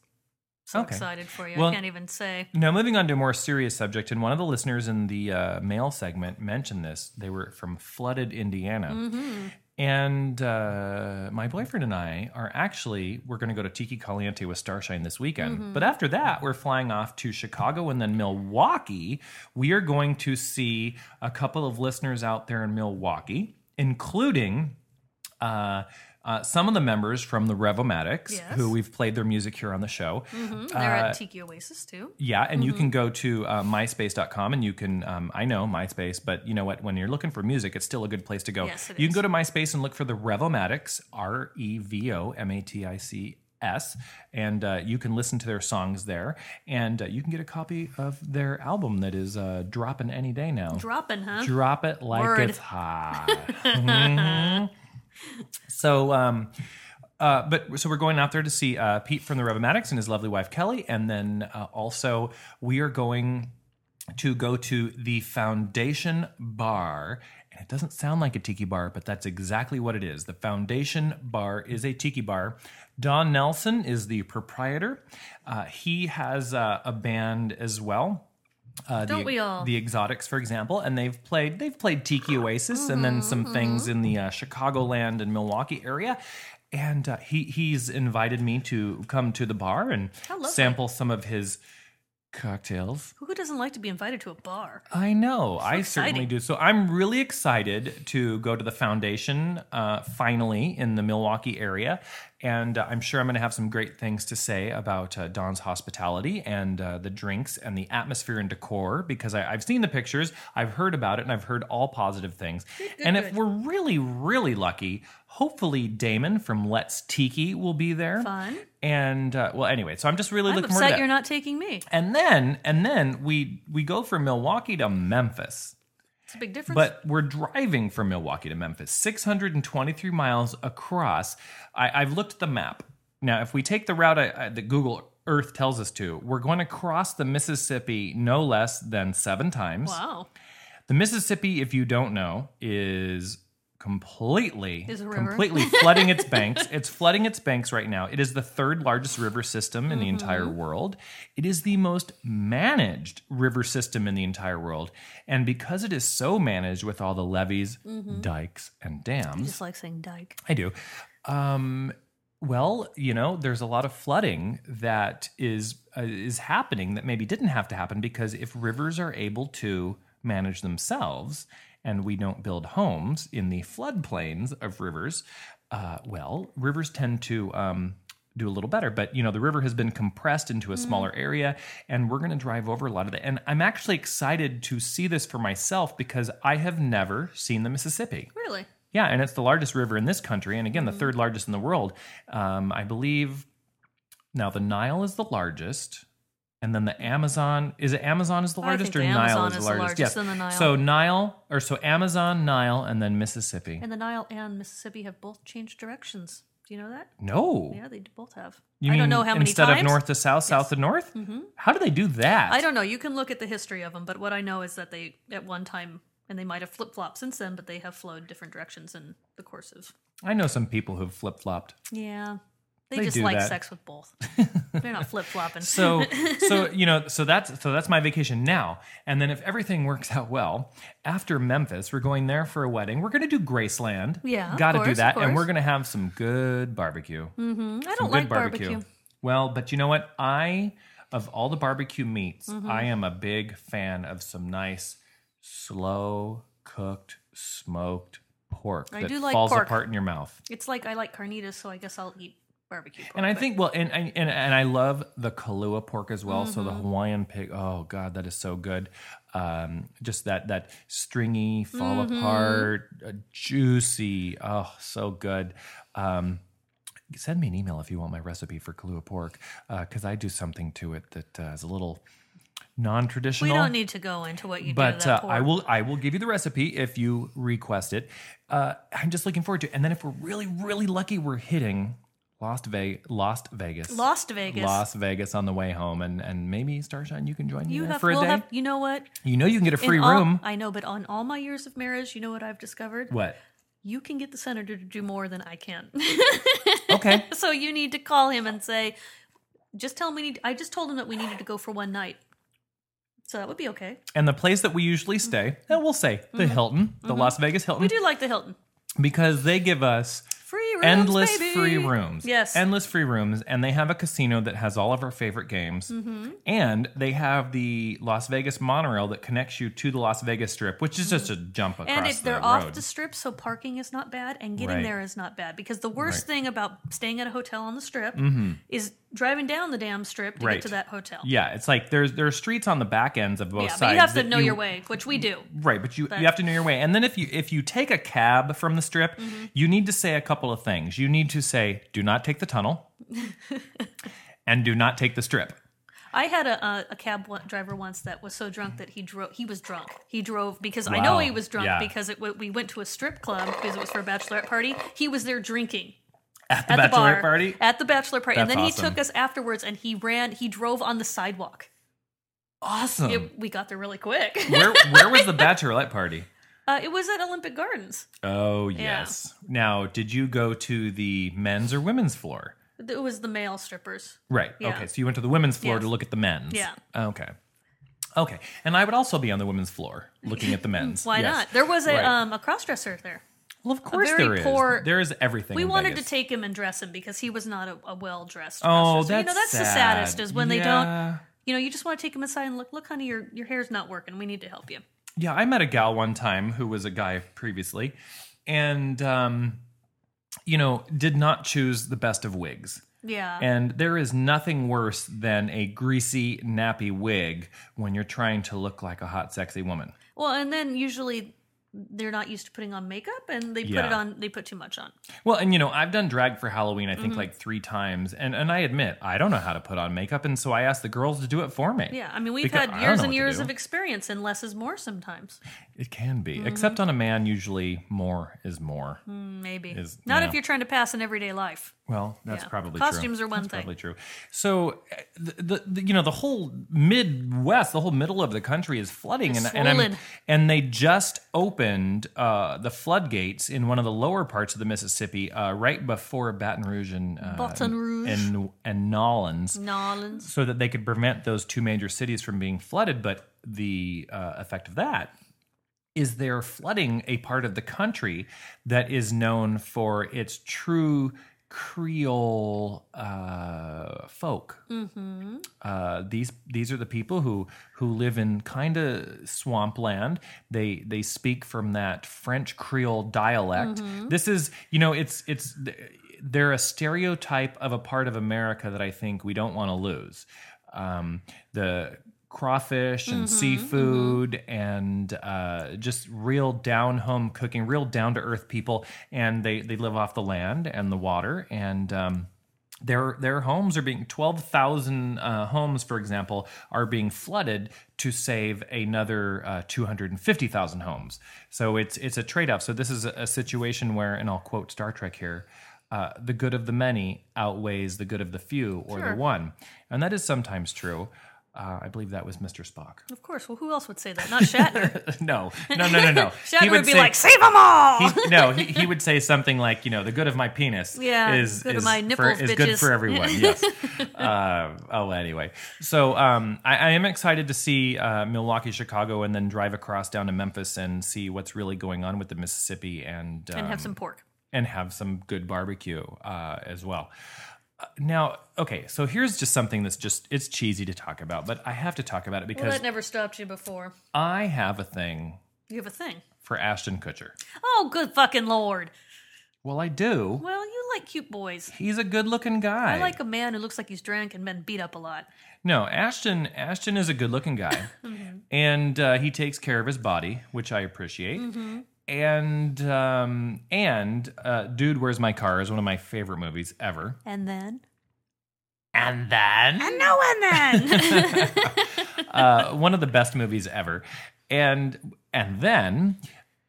S2: so
S1: Okay.
S2: excited for you.
S1: Well-
S2: I can't even say.
S1: Now, moving on to a more serious subject, and one of the listeners in the uh, mail segment mentioned this. They were from flooded Indiana. And uh, my boyfriend and I are actually, we're going to go to Tiki Caliente with Starshine this weekend. But after that, we're flying off to Chicago and then Milwaukee. We are going to see a couple of listeners out there in Milwaukee, including uh, uh, some of the members from the Revomatics,
S2: Yes.
S1: who we've played their music here on the show.
S2: Hmm, They're
S1: Uh,
S2: at Tiki Oasis too.
S1: Yeah, and
S2: Mm-hmm.
S1: you can go to uh, myspace.com and you can, um, I know MySpace, but you know what? When you're looking for music, it's still a good place to go.
S2: Yes, it
S1: you
S2: is.
S1: can go to MySpace and look for the Revomatics, R E V O M A T I C S, and uh, you can listen to their songs there. And uh, you can get a copy of their album that is uh, dropping any day now.
S2: Dropping, huh?
S1: Drop it like
S2: Uh-huh. Word.
S1: it's hot. Mhm. So, um, uh, but so we're going out there to see uh, Pete from the Revomatics and his lovely wife Kelly, and then uh, also we are going to go to the Foundation Bar. And it doesn't sound like a tiki bar, but that's exactly what it is. The Foundation Bar is a tiki bar. Don Nelson is the proprietor. Uh, he has uh, a band as well. Uh,
S2: Don't
S1: the,
S2: we all?
S1: The Exotics, for example, and they've played they've played Tiki Oasis and then some things in the uh, Chicagoland and Milwaukee area. And uh, he he's invited me to come to the bar and
S2: How lovely.
S1: sample some of his cocktails.
S2: Who doesn't like to be invited to a bar?
S1: I know. I certainly
S2: exciting.
S1: do. So I'm really excited to go to the foundation uh, finally in the Milwaukee area. And uh, I'm sure I'm going to have some great things to say about uh, Don's hospitality and uh, the drinks and the atmosphere and decor because I, I've seen the pictures, I've heard about it, and I've heard all positive things. and if
S2: good.
S1: we're really, really lucky, hopefully Damon from Let's Tiki will be there.
S2: Fun.
S1: And uh, well, anyway, so I'm just really
S2: I'm
S1: looking forward to
S2: upset
S1: that.
S2: you're not taking me.
S1: And then and then we we go from Milwaukee to Memphis.
S2: It's a big difference.
S1: But we're driving from Milwaukee to Memphis, 623 miles across. I, I've looked at the map. Now, if we take the route I, I, that Google Earth tells us to, we're going to cross the Mississippi no less than seven times.
S2: wow.
S1: The Mississippi, if you don't know, is completely
S2: Is a river.
S1: completely flooding its banks. It's flooding its banks right now. It is the third largest river system in
S2: Mm-hmm.
S1: the entire world. It is the most managed river system in the entire world. And because it is so managed with all the levees,
S2: Mm-hmm.
S1: dikes, and
S2: I
S1: dams,
S2: just like saying dyke.
S1: I do. Um, well, you know, there's a lot of flooding that is uh, is happening that maybe didn't have to happen because if rivers are able to manage themselves and we don't build homes in the floodplains of rivers, uh, well, rivers tend to um, do a little better. But you know, the river has been compressed into a smaller area, and we're going to drive over a lot of that. And I'm actually excited to see this for myself because I have never seen the Mississippi.
S2: Really?
S1: Yeah, and it's the largest river in this country, and again, the
S2: Mm-hmm.
S1: third largest in the world. Um, I believe now the Nile is the largest, and then the Amazon is it Amazon is the
S2: I think
S1: largest
S2: the
S1: or Nile
S2: Amazon
S1: is the
S2: is the
S1: largest?
S2: largest, then the Nile.
S1: So Nile or so Amazon, Nile, and then Mississippi.
S2: And the Nile and Mississippi have both changed directions. Do you know that?
S1: No,
S2: Yeah, they both have.
S1: you
S2: I
S1: mean
S2: don't know how many
S1: instead
S2: times. Mm-hmm.
S1: of north to south, south to north. How do they do that?
S2: I don't know. You can look at the history of them, but what I know is that they at one time and they might have flip flopped since then, but they have flowed different directions in the course of.
S1: I know some people who've flip flopped.
S2: Yeah. They,
S1: They
S2: just
S1: do
S2: like
S1: that.
S2: sex with both. They're not flip flopping.
S1: So so you know so that's so that's my vacation now. And then if everything works out well, after Memphis, we're going there for a wedding. We're going to do Graceland.
S2: Yeah, of
S1: got to do
S2: course,
S1: that,
S2: of
S1: and we're
S2: course.
S1: going to have some good barbecue.
S2: Mm,
S1: Some
S2: I don't like
S1: good barbecue.
S2: barbecue.
S1: Well, but you know what? I of all the barbecue meats,
S2: Mm-hmm.
S1: I am a big fan of some nice slow cooked smoked pork
S2: I
S1: that
S2: do like
S1: falls
S2: pork.
S1: apart in your mouth.
S2: It's like I like carnitas, so I guess I'll eat barbecue. Pork,
S1: And I
S2: but-
S1: think well, and and and, and I love the Kahlua pork as well. So the
S2: Mm-hmm.
S1: Hawaiian pig, oh god, that is so good. Um, just that that stringy, fall
S2: Mm-hmm.
S1: apart, uh, juicy, oh so good. Um, send me an email if you want my recipe for Kahlua pork because I do something to it that uh, is a little
S2: we
S1: non-traditional.
S2: don't need to go into what you do
S1: But
S2: to that
S1: uh, I
S2: pork.
S1: will I will give you the recipe if you request it. Uh, I'm just looking forward to it. And then if we're really really lucky, we're hitting Las Vegas, Las Vegas,
S2: Lost Vegas.
S1: Las Vegas on the way home, and and maybe Starshine, you can join me
S2: you
S1: there
S2: have,
S1: for a
S2: we'll
S1: day.
S2: have, you know what?
S1: you know you can get a
S2: In
S1: free
S2: all-
S1: room.
S2: I know, but on all my years of marriage, you know what I've discovered?
S1: what?
S2: You can get the senator to do more than I can.
S1: Okay.
S2: so you need to call him and say, just tell him we need. I just told him that we needed to go for one night. So that would be okay.
S1: and the place that we usually stay, and we'll say the Hilton, the Las Vegas Hilton,
S2: Mm-hmm. We do like the Hilton.
S1: because they give us
S2: Free rooms.
S1: endless
S2: baby.
S1: free rooms.
S2: Yes.
S1: Endless free rooms. And they have a casino that has all of our favorite games.
S2: Mm-hmm.
S1: And they have the Las Vegas monorail that connects you to the Las Vegas Strip, which is just a jump across
S2: Mm-hmm. and if
S1: the
S2: they're
S1: road.
S2: off the strip, so parking is not bad, and getting
S1: Right.
S2: there is not bad. Because the worst
S1: Right. Mm-hmm.
S2: thing about staying at a hotel on the strip is driving down the damn strip to
S1: Right.
S2: get to that hotel.
S1: yeah, it's like there's there are streets on the back ends of both
S2: Yeah,
S1: sides.
S2: but you have to
S1: that
S2: know your way, which we do.
S1: Right, but you you have to know your way. And then if you if you take a cab from the strip,
S2: Mm-hmm.
S1: you need to say a couple of things. You need to say, "Do not take the tunnel," and "Do not take the strip."
S2: I had a, a, a cab wa- driver once that was so drunk that he drove. He was drunk. He drove because I know
S1: Wow.
S2: he was drunk
S1: Yeah.
S2: because it, w- we went to a strip club because it was for a bachelorette party. He was there drinking
S1: At the
S2: at
S1: bachelorette
S2: the bar
S1: party,
S2: At the bachelor party, and
S1: That's
S2: then
S1: awesome.
S2: he took us afterwards and he ran. He drove on the sidewalk.
S1: awesome.
S2: It- we got there really quick.
S1: where where was the bachelorette party?
S2: Uh, it was at Olympic Gardens.
S1: Oh yes. Now, did you go to the men's or women's floor?
S2: It was the male strippers.
S1: Right.
S2: Yeah.
S1: Okay. So you went to the women's floor
S2: Yes.
S1: to look at the men's.
S2: Yeah.
S1: Okay. Okay. And I would also be on the women's floor looking at the men's.
S2: Why
S1: Yes.
S2: not? There was a
S1: Right.
S2: um, a crossdresser there.
S1: Well, of course
S2: very
S1: there is.
S2: poor-
S1: There is everything.
S2: We
S1: in
S2: wanted
S1: Vegas.
S2: to take him and dress him because he was not a, a well dressed.
S1: Oh, that's
S2: you know that's
S1: sad.
S2: the saddest is when they don't.
S1: Yeah.
S2: You know, you just want to take him aside and look. Look, honey, your your hair's not working. We need to help you.
S1: Yeah, I met a gal one time who was a guy previously, and um, you know, did not choose the best of wigs.
S2: Yeah.
S1: And there is nothing worse than a greasy, nappy wig when you're trying to look like a hot, sexy woman.
S2: well, and then usually they're not used to putting on makeup, and they put
S1: Yeah.
S2: it on. They put too much on.
S1: Well, and you know, I've done drag for Halloween, I think like three times, and and I admit I don't know how to put on makeup, and so I asked the girls to do it for me.
S2: Yeah. I mean, we've
S1: Because I
S2: had
S1: don't
S2: years
S1: know
S2: and
S1: what to
S2: years
S1: do.
S2: of experience, and less is more sometimes.
S1: It can be, except on a man, usually more is more.
S2: Maybe
S1: Is-
S2: not
S1: yeah.
S2: if you're trying to pass an everyday life.
S1: Well, that's
S2: Yeah.
S1: probably
S2: Costumes
S1: true.
S2: are one
S1: That's
S2: thing.
S1: Probably true. So, uh, the, the, the you know the whole Midwest, the whole middle of the country is flooding,
S2: It's
S1: and and, I'm-
S2: swollen.
S1: and they just opened uh, the floodgates in one of the lower parts of the Mississippi uh, right before Baton Rouge and uh,
S2: Baton Rouge.
S1: and and Nolens,
S2: Nolans.
S1: so that they could prevent those two major cities from being flooded. But the uh, effect of that is they're flooding a part of the country that is known for its true Creole uh, folk. Uh, these these are the people who who live in kind of swampland. They they speak from that French Creole dialect. This is you know it's it's they're a stereotype of a part of America that I think we don't want to lose. Um, the crawfish and seafood and uh, just real down home cooking, real down to earth people, and they they live off the land and the water and. Um, their their homes are being 12,000 uh, homes for example are being flooded to save another uh, 250,000 homes so it's it's a trade off so this is a, a situation where and I'll quote Star Trek here uh, the good of the many outweighs the good of the few or
S2: Sure.
S1: the one and that is sometimes true uh, I believe that was Mr. Spock.
S2: Of course. Well, who else would say that? Not Shatner.
S1: No, no, no, no, no. He
S2: Shatner would, be
S1: say-
S2: like, "Save them all."
S1: he, no, he, he would say something like, you know, the good of my penis
S2: Yeah,
S1: is,
S2: good of
S1: is,
S2: my nipples,
S1: for, is good
S2: bitches."
S1: for everyone. yes. Uh, oh, anyway. So um, I, I am excited to see uh, Milwaukee, Chicago, and then drive across down to Memphis and see what's really going on with the Mississippi and, um,
S2: and have some pork.
S1: and have some good barbecue uh, as well. Uh, Now, okay, so here's just something that's just, it's cheesy to talk about, but I have to talk about it
S2: Well,
S1: because
S2: that never stopped you before.
S1: I have a thing
S2: You have a thing.
S1: for Ashton Kutcher.
S2: Oh, good fucking lord.
S1: Well, I do.
S2: Well, you like cute boys.
S1: He's a good looking guy.
S2: I like a man who looks like he's drank and been beat up a lot.
S1: No, Ashton. Ashton is a good-looking guy,
S2: Mm-hmm.
S1: and uh, he takes care of his body, which I appreciate.
S2: Mm-hmm.
S1: And um, and uh, dude, where's my car? Is one of my favorite movies ever.
S2: And then?
S1: And then
S2: And no one then!
S1: uh, one of the best movies ever. And and then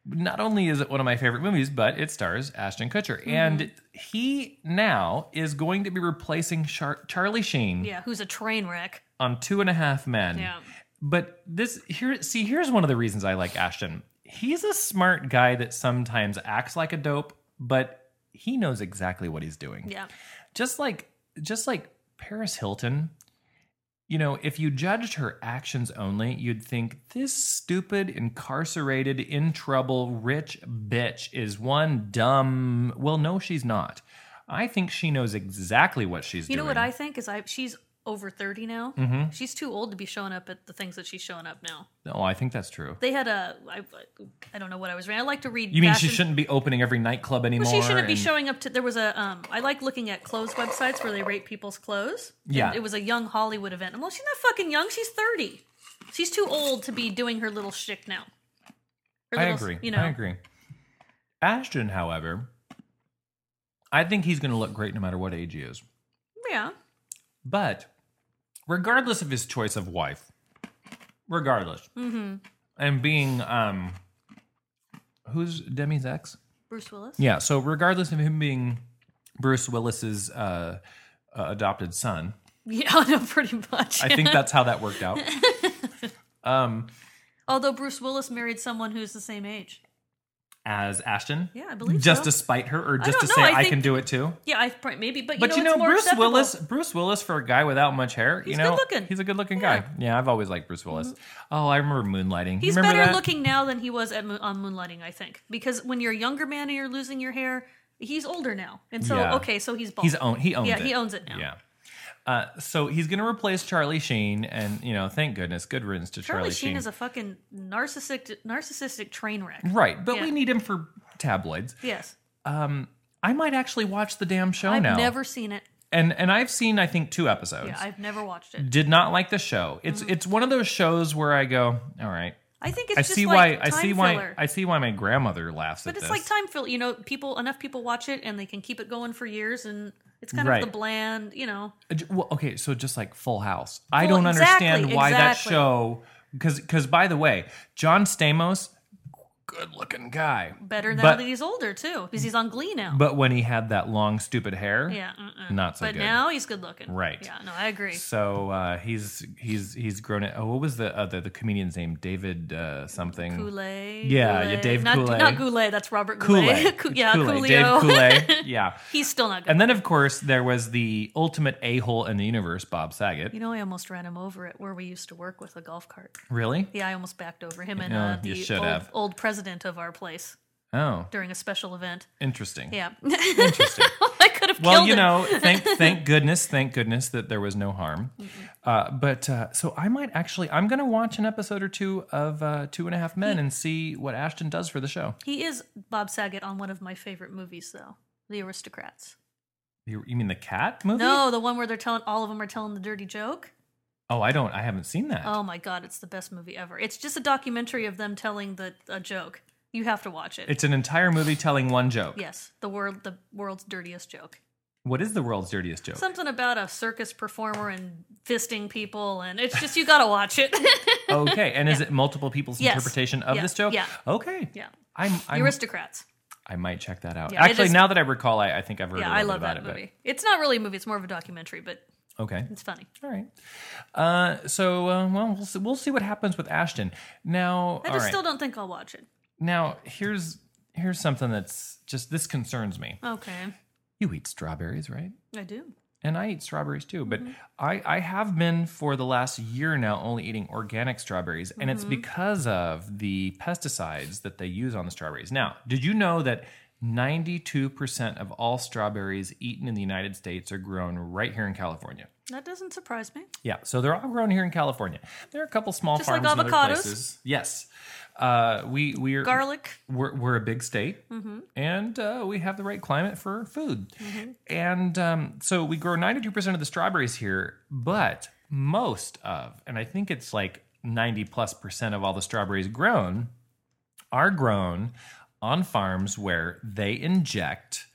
S1: not only is it one of my favorite movies, but it stars Ashton Kutcher,
S2: Mm-hmm.
S1: and he now is going to be replacing Char- Charlie Sheen
S2: yeah, who's a train wreck.
S1: on Two and a Half Men.
S2: Yeah.
S1: But this here, see, here's one of the reasons I like Ashton. He's a smart guy that sometimes acts like a dope, but he knows exactly what he's doing.
S2: Yeah.
S1: Just like, just like Paris Hilton. You know, if you judged her actions only, you'd think this stupid, incarcerated, in trouble, rich bitch is one dumb. Well, no, she's not. I think she knows exactly what she's
S2: You
S1: doing.
S2: know what I think is I she's over 30 now. Mm-hmm. She's too old to be showing up at the things that she's showing up now.
S1: Oh, I think that's true.
S2: They had a I, I don't know what I was reading. I like to read
S1: You mean
S2: fashion-
S1: she shouldn't be opening every nightclub anymore?
S2: Well, she shouldn't be
S1: and-
S2: showing up to. There was a. Um, I like looking at clothes websites where they rate people's clothes. And
S1: Yeah.
S2: it was a young Hollywood event. And well, she's not fucking young. She's thirty. She's too old to be doing her little shtick now. Her
S1: I
S2: little-
S1: agree.
S2: You know,
S1: I agree. Ashton, however, I think he's going to look great no matter what age he is.
S2: yeah.
S1: But regardless of his choice of wife, regardless,
S2: Mm-hmm.
S1: and being um, who's Demi's ex?
S2: Bruce Willis.
S1: Yeah. So regardless of him being Bruce Willis's uh, uh, adopted son,
S2: Yeah, no, pretty much.
S1: I think that's how that worked out. Um,
S2: Although Bruce Willis married someone who's the same age.
S1: as Ashton,
S2: Yeah, I believe
S1: just
S2: so.
S1: to spite her, or just
S2: don't
S1: to
S2: know,
S1: say
S2: I
S1: I, can
S2: think-
S1: do it too.
S2: Yeah, I pr- maybe, but you
S1: But
S2: know,
S1: you
S2: it's
S1: know,
S2: more
S1: Bruce
S2: acceptable.
S1: Willis. Bruce Willis for a guy without much hair.
S2: He's
S1: you know,
S2: good-looking.
S1: He's a good-looking
S2: Yeah. Mm-hmm.
S1: guy. Yeah, I've always liked Bruce Willis. Oh, I remember Moonlighting.
S2: He's
S1: remember
S2: better
S1: that?
S2: looking now than he was at, Moon- on Moonlighting, I think, because when you're a younger man and you're losing your hair, he's older now, and so
S1: Yeah.
S2: okay, so he's bald.
S1: He's own. He owns
S2: Yeah,
S1: it.
S2: he owns it now.
S1: Yeah. Uh, so he's going to replace Charlie Sheen, and you know, thank goodness, good riddance to Charlie,
S2: Charlie Sheen is a fucking narcissistic, narcissistic train wreck.
S1: right, but
S2: Yeah.
S1: we need him for tabloids.
S2: Yes,
S1: I might actually watch the damn show
S2: I've
S1: now.
S2: never seen it.
S1: and and I've seen I think two episodes.
S2: Yeah, I've never watched it.
S1: Did not like the show. It's it's one of those shows where I go, all right.
S2: I think it's
S1: I
S2: just
S1: see
S2: like
S1: why I
S2: time
S1: see why
S2: filler.
S1: I see why my grandmother laughs
S2: but
S1: at
S2: it's
S1: this.
S2: like time filler. You know, people enough people watch it and they can keep it going for years, and it's kind
S1: Right.
S2: of the bland. You know,
S1: Uh, j- Well, okay, so just like Full House, I
S2: Full-
S1: don't
S2: exactly,
S1: understand why that
S2: exactly.
S1: show. Because because by the way, John Stamos, good looking guy,
S2: better now
S1: But-
S2: that he's older too, because he's on Glee now.
S1: but when he had that long stupid hair,
S2: yeah, uh-uh.
S1: not so
S2: But
S1: good.
S2: now he's good looking.
S1: Right.
S2: Yeah. No, I agree.
S1: So uh, he's he's he's grown it. Oh, what was the other the comedian's name? David uh, something.
S2: Goulet.
S1: Yeah,
S2: Goulet.
S1: yeah, Dave
S2: not,
S1: Goulet.
S2: Not Goulet. That's Robert
S1: Kool-Aid.
S2: Goulet. Cou- yeah,
S1: Kool-Aid.
S2: Coolio.
S1: Dave Kool-Aid. yeah.
S2: he's still not good.
S1: And then, of course, there was the ultimate a-hole in the universe, Bob Saget.
S2: you know, I almost ran him over at where we used to work with a golf cart.
S1: Really?
S2: Yeah, I almost backed over him and
S1: No,
S2: uh,
S1: you
S2: the
S1: should
S2: old,
S1: have.
S2: old president of our place
S1: Oh,
S2: during a special event.
S1: interesting.
S2: Yeah.
S1: Interesting.
S2: I could have
S1: Well,
S2: killed
S1: you
S2: him.
S1: know, thank thank goodness, thank goodness that there was no harm. Uh, but uh, so I might actually, I'm going to watch an episode or two of uh, Two and a Half
S2: Hmm.
S1: Men and see what Ashton does for the show.
S2: He is Bob Saget on one of my favorite movies, though The Aristocrats.
S1: You, you mean the cat movie?
S2: No, the one where they're telling all of them are telling the dirty joke.
S1: Oh, I don't. I haven't seen that.
S2: Oh my god, it's the best movie ever. It's just a documentary of them telling the a joke. You have to watch it.
S1: It's an entire movie telling one joke.
S2: yes, the world the world's dirtiest joke.
S1: What is the world's dirtiest joke?
S2: Something about a circus performer and fisting people and it's just you got to watch it.
S1: okay, and is it multiple people's
S2: Yes.
S1: interpretation of
S2: Yeah.
S1: this joke?
S2: Yeah.
S1: Okay.
S2: yeah.
S1: I'm, I'm
S2: Aristocrats.
S1: I might check that out.
S2: Yeah, it
S1: Actually,
S2: is-
S1: now that I recall, I, I think I've heard
S2: Yeah,
S1: a little
S2: I
S1: bit
S2: love
S1: about
S2: that
S1: it, but-
S2: movie. It's not really a movie, it's more of a documentary, but
S1: okay.
S2: it's funny.
S1: All right. Uh, so, uh, well, we'll see, we'll see what happens with Ashton. Now,
S2: I
S1: all
S2: just
S1: right.
S2: still don't think I'll watch it.
S1: now here's here's something that's just this concerns me.
S2: Okay.
S1: You eat strawberries, right?
S2: I do.
S1: And I eat strawberries too, but
S2: Mm-hmm.
S1: I, I have been for the last year now only eating organic strawberries, and it's
S2: Mm-hmm.
S1: because of the pesticides that they use on the strawberries. Now, did you know that 92% of all strawberries eaten in the United States are grown right here in California?
S2: That doesn't surprise me.
S1: Yeah, so they're all grown here in California. There are a couple small
S2: Just like
S1: farms in other
S2: avocados?
S1: places. Yes, uh, we we are
S2: Garlic. Mm-hmm.
S1: We're, we're a big state, and uh, we have the right climate for food. And um, so we grow ninety two percent of the strawberries here, but most of, and I think it's like ninety plus percent of all the strawberries grown are grown on farms where they inject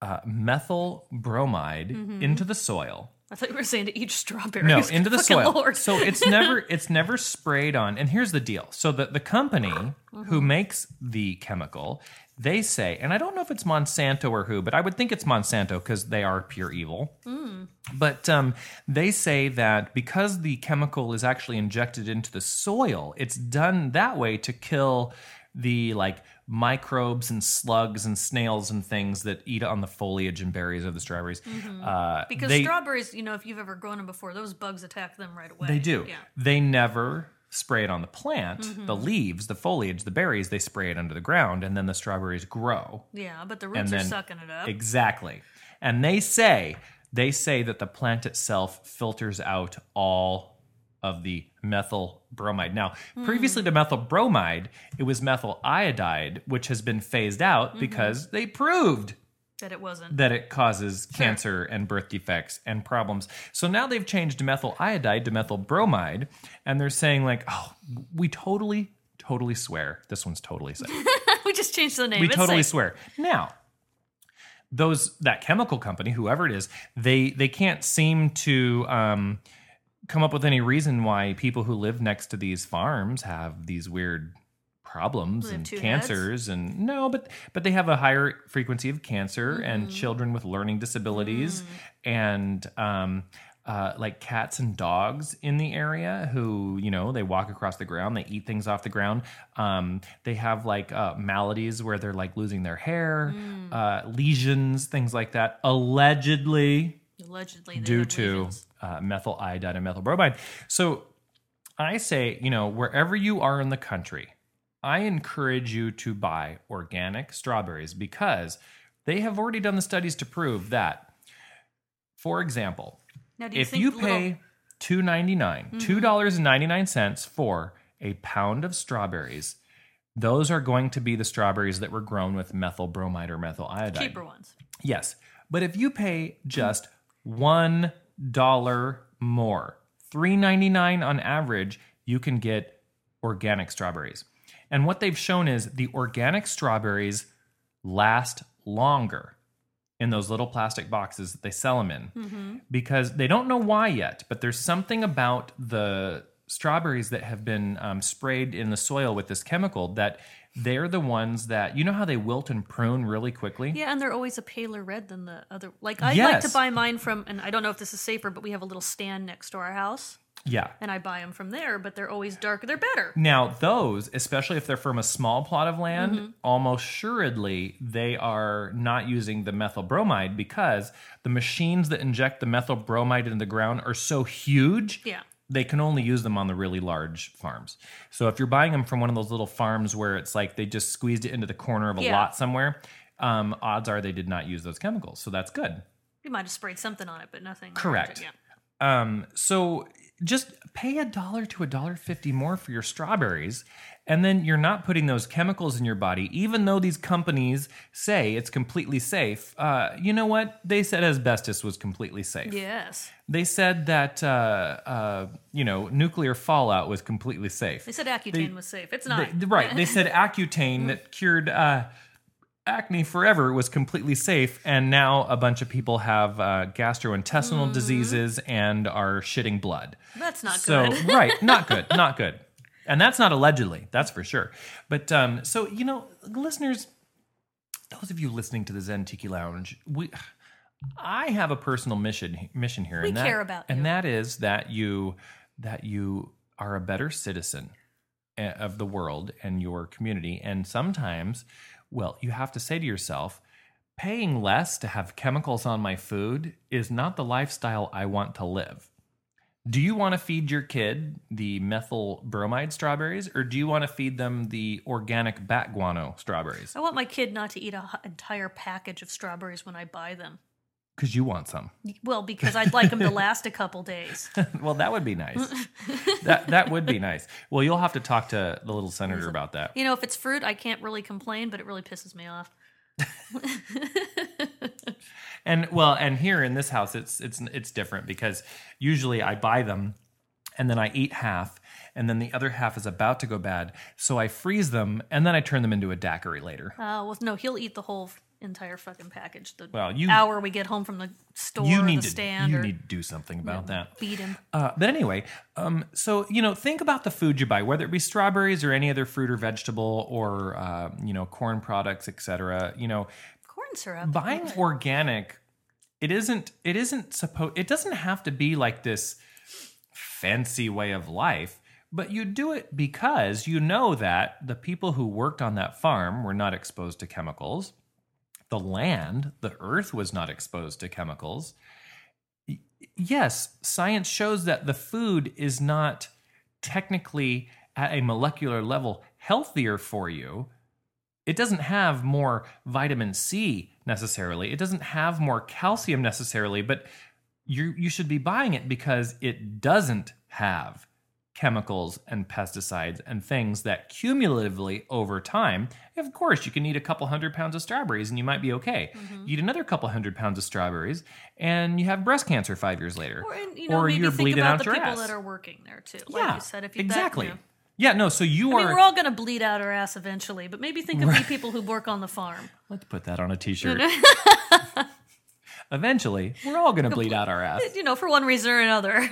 S1: uh, methyl bromide
S2: Mm-hmm.
S1: into the soil.
S2: I thought you were saying to eat strawberries.
S1: No, into the
S2: Fucking
S1: soil.
S2: Lord.
S1: So it's never it's never sprayed on. And here's the deal. So the, the company
S2: Mm-hmm.
S1: who makes the chemical, they say, and I don't know if it's Monsanto or who, but I would think it's Monsanto because they are pure evil.
S2: Mm.
S1: But um, they say that because the chemical is actually injected into the soil, it's done that way to kill the like microbes and slugs and snails and things that eat on the foliage and berries of the strawberries. Uh,
S2: Mm-hmm. because
S1: they-
S2: strawberries, you know, if you've ever grown them before, those bugs attack them right away.
S1: They do.
S2: Yeah.
S1: They never spray it on the plant. The leaves, the foliage, the berries, they spray it under the ground and then the strawberries grow.
S2: Yeah, but the
S1: And
S2: roots are
S1: then-
S2: sucking it up.
S1: Exactly. And they say they say that the plant itself filters out all of the methyl bromide. Now, previously to methyl bromide, it was methyl iodide, which has been phased out because they proved
S2: that it wasn't.
S1: that it causes cancer and birth defects and problems. So now they've changed methyl iodide to methyl bromide, and they're saying like, "Oh, we totally, totally swear this one's totally safe.
S2: we just changed the name.
S1: we
S2: It's
S1: totally
S2: like-
S1: swear." Now, those that chemical company, whoever it is, they they can't seem to. Um, come up with any reason why people who live next to these farms have these weird problems
S2: They have
S1: and
S2: two
S1: cancers and no but but they have a higher
S2: Mm-hmm. Mm.
S1: frequency of cancer and children with learning disabilities and um uh, like cats and dogs in the area who you know they walk across the ground they eat things off the ground um, they have like uh, maladies where they're like losing their hair
S2: Mm.
S1: uh, lesions things like that allegedly
S2: Allegedly, they
S1: due
S2: have
S1: to
S2: lesions.
S1: uh, methyl iodide and methyl bromide so i say you know wherever you are in the country i encourage you to buy organic strawberries because they have already done the studies to prove that for example
S2: Now, do you
S1: if
S2: think
S1: you
S2: little-
S1: pay two ninety nine, two dollars and ninety nine cents for a pound of strawberries, those are going to be the strawberries that were grown with methyl bromide or methyl iodide.
S2: cheaper ones,
S1: Yes, but if you pay just one dollar more, three ninety nine on average, you can get organic strawberries. And what they've shown is the organic strawberries last longer in those little plastic boxes that they sell them in because they don't know why yet, but there's something about the strawberries that have been um, sprayed in the soil with this chemical that they're the ones that you know how they wilt and prune really quickly.
S2: yeah, and they're always a paler red than the other. Like I like to
S1: Yes.
S2: buy mine from, and I don't know if this is safer, but we have a little stand next to our house,
S1: Yeah.
S2: and I buy them from there. But they're always darker. They're better.
S1: Now, those, especially if they're from a small plot of land,
S2: Mm-hmm.
S1: almost assuredly they are not using the methyl bromide because the machines that inject the methyl bromide into the ground are so huge.
S2: Yeah.
S1: They can only use them on the really large farms. So if you're buying them from one of those little farms where it's like they just squeezed it into the corner of a
S2: Yeah.
S1: lot somewhere, um, odds are they did not use those chemicals. So that's good.
S2: You might have sprayed something on it, but nothing.
S1: Correct.
S2: Yeah.
S1: Um, so just pay a dollar to a dollar fifty more for your strawberries, and then you're not putting those chemicals in your body, even though these companies say it's completely safe. Uh, you know what? They said asbestos was completely safe.
S2: Yes.
S1: They said that uh, uh, you know nuclear fallout was completely safe.
S2: They said Accutane was safe. It's not.
S1: They- right. They said Accutane that cured uh, acne forever was completely safe, and now a bunch of people have uh, gastrointestinal diseases and are shitting blood.
S2: That's not
S1: so,
S2: good.
S1: right, not good, not good. And that's not allegedly, that's for sure. But um, so, you know, listeners, those of you listening to the Zen Tiki Lounge, we. I have a personal mission mission here. We and that,
S2: care about
S1: and
S2: you.
S1: that is that you that you are a better citizen a- of the world and your community. And sometimes, well, you have to say to yourself, paying less to have chemicals on my food is not the lifestyle I want to live. Do you want to feed your kid the methyl bromide strawberries or do you want to feed them the organic bat guano strawberries?
S2: I want my kid not to eat an entire package of strawberries when I buy them.
S1: Because you want some.
S2: Well, because I'd like them to last a couple days.
S1: well, that would be nice. that that would be nice. Well, you'll have to talk to the little senator about that.
S2: You know, if it's fruit, I can't really complain, but it really pisses me off.
S1: And well, and here in this house, it's it's it's different because usually I buy them, and then I eat half, and then the other half is about to go bad, so I freeze them, and then I turn them into a daiquiri later.
S2: Uh, well, no, he'll eat the whole f- entire fucking package. The
S1: Well, you-
S2: hour we get home from the store
S1: you
S2: or
S1: need
S2: the
S1: to
S2: stand
S1: you
S2: or
S1: need to do something about that.
S2: beat him.
S1: Uh, but anyway, um, so you know, think about the food you buy, whether it be strawberries or any other fruit or vegetable, or uh, you know, corn products, etc. You know,
S2: Corn syrup.
S1: buying organic it isn't it isn't supposed it doesn't have to be like this fancy way of life but you do it because you know that the people who worked on that farm were not exposed to chemicals the land the earth was not exposed to chemicals Y- yes science shows that the food is not technically at a molecular level healthier for you it doesn't have more vitamin C necessarily. It doesn't have more calcium necessarily, but you you should be buying it because it doesn't have chemicals and pesticides and things that cumulatively over time. Of course, you can eat a couple hundred pounds of strawberries and you might be okay.
S2: Mm-hmm.
S1: Eat another couple hundred pounds of strawberries and you have breast cancer 5 years later.
S2: Or, and, you know, maybe think about the people that are working there too. Like you said, if you that, you
S1: exactly.
S2: know.
S1: yeah, no, so you
S2: I
S1: are
S2: mean, we're all going to bleed out our ass eventually, but maybe think of the people who work on the farm.
S1: Let's put that on a t-shirt. Eventually, we're all going to bleed out our ass.
S2: You know, for one reason or another.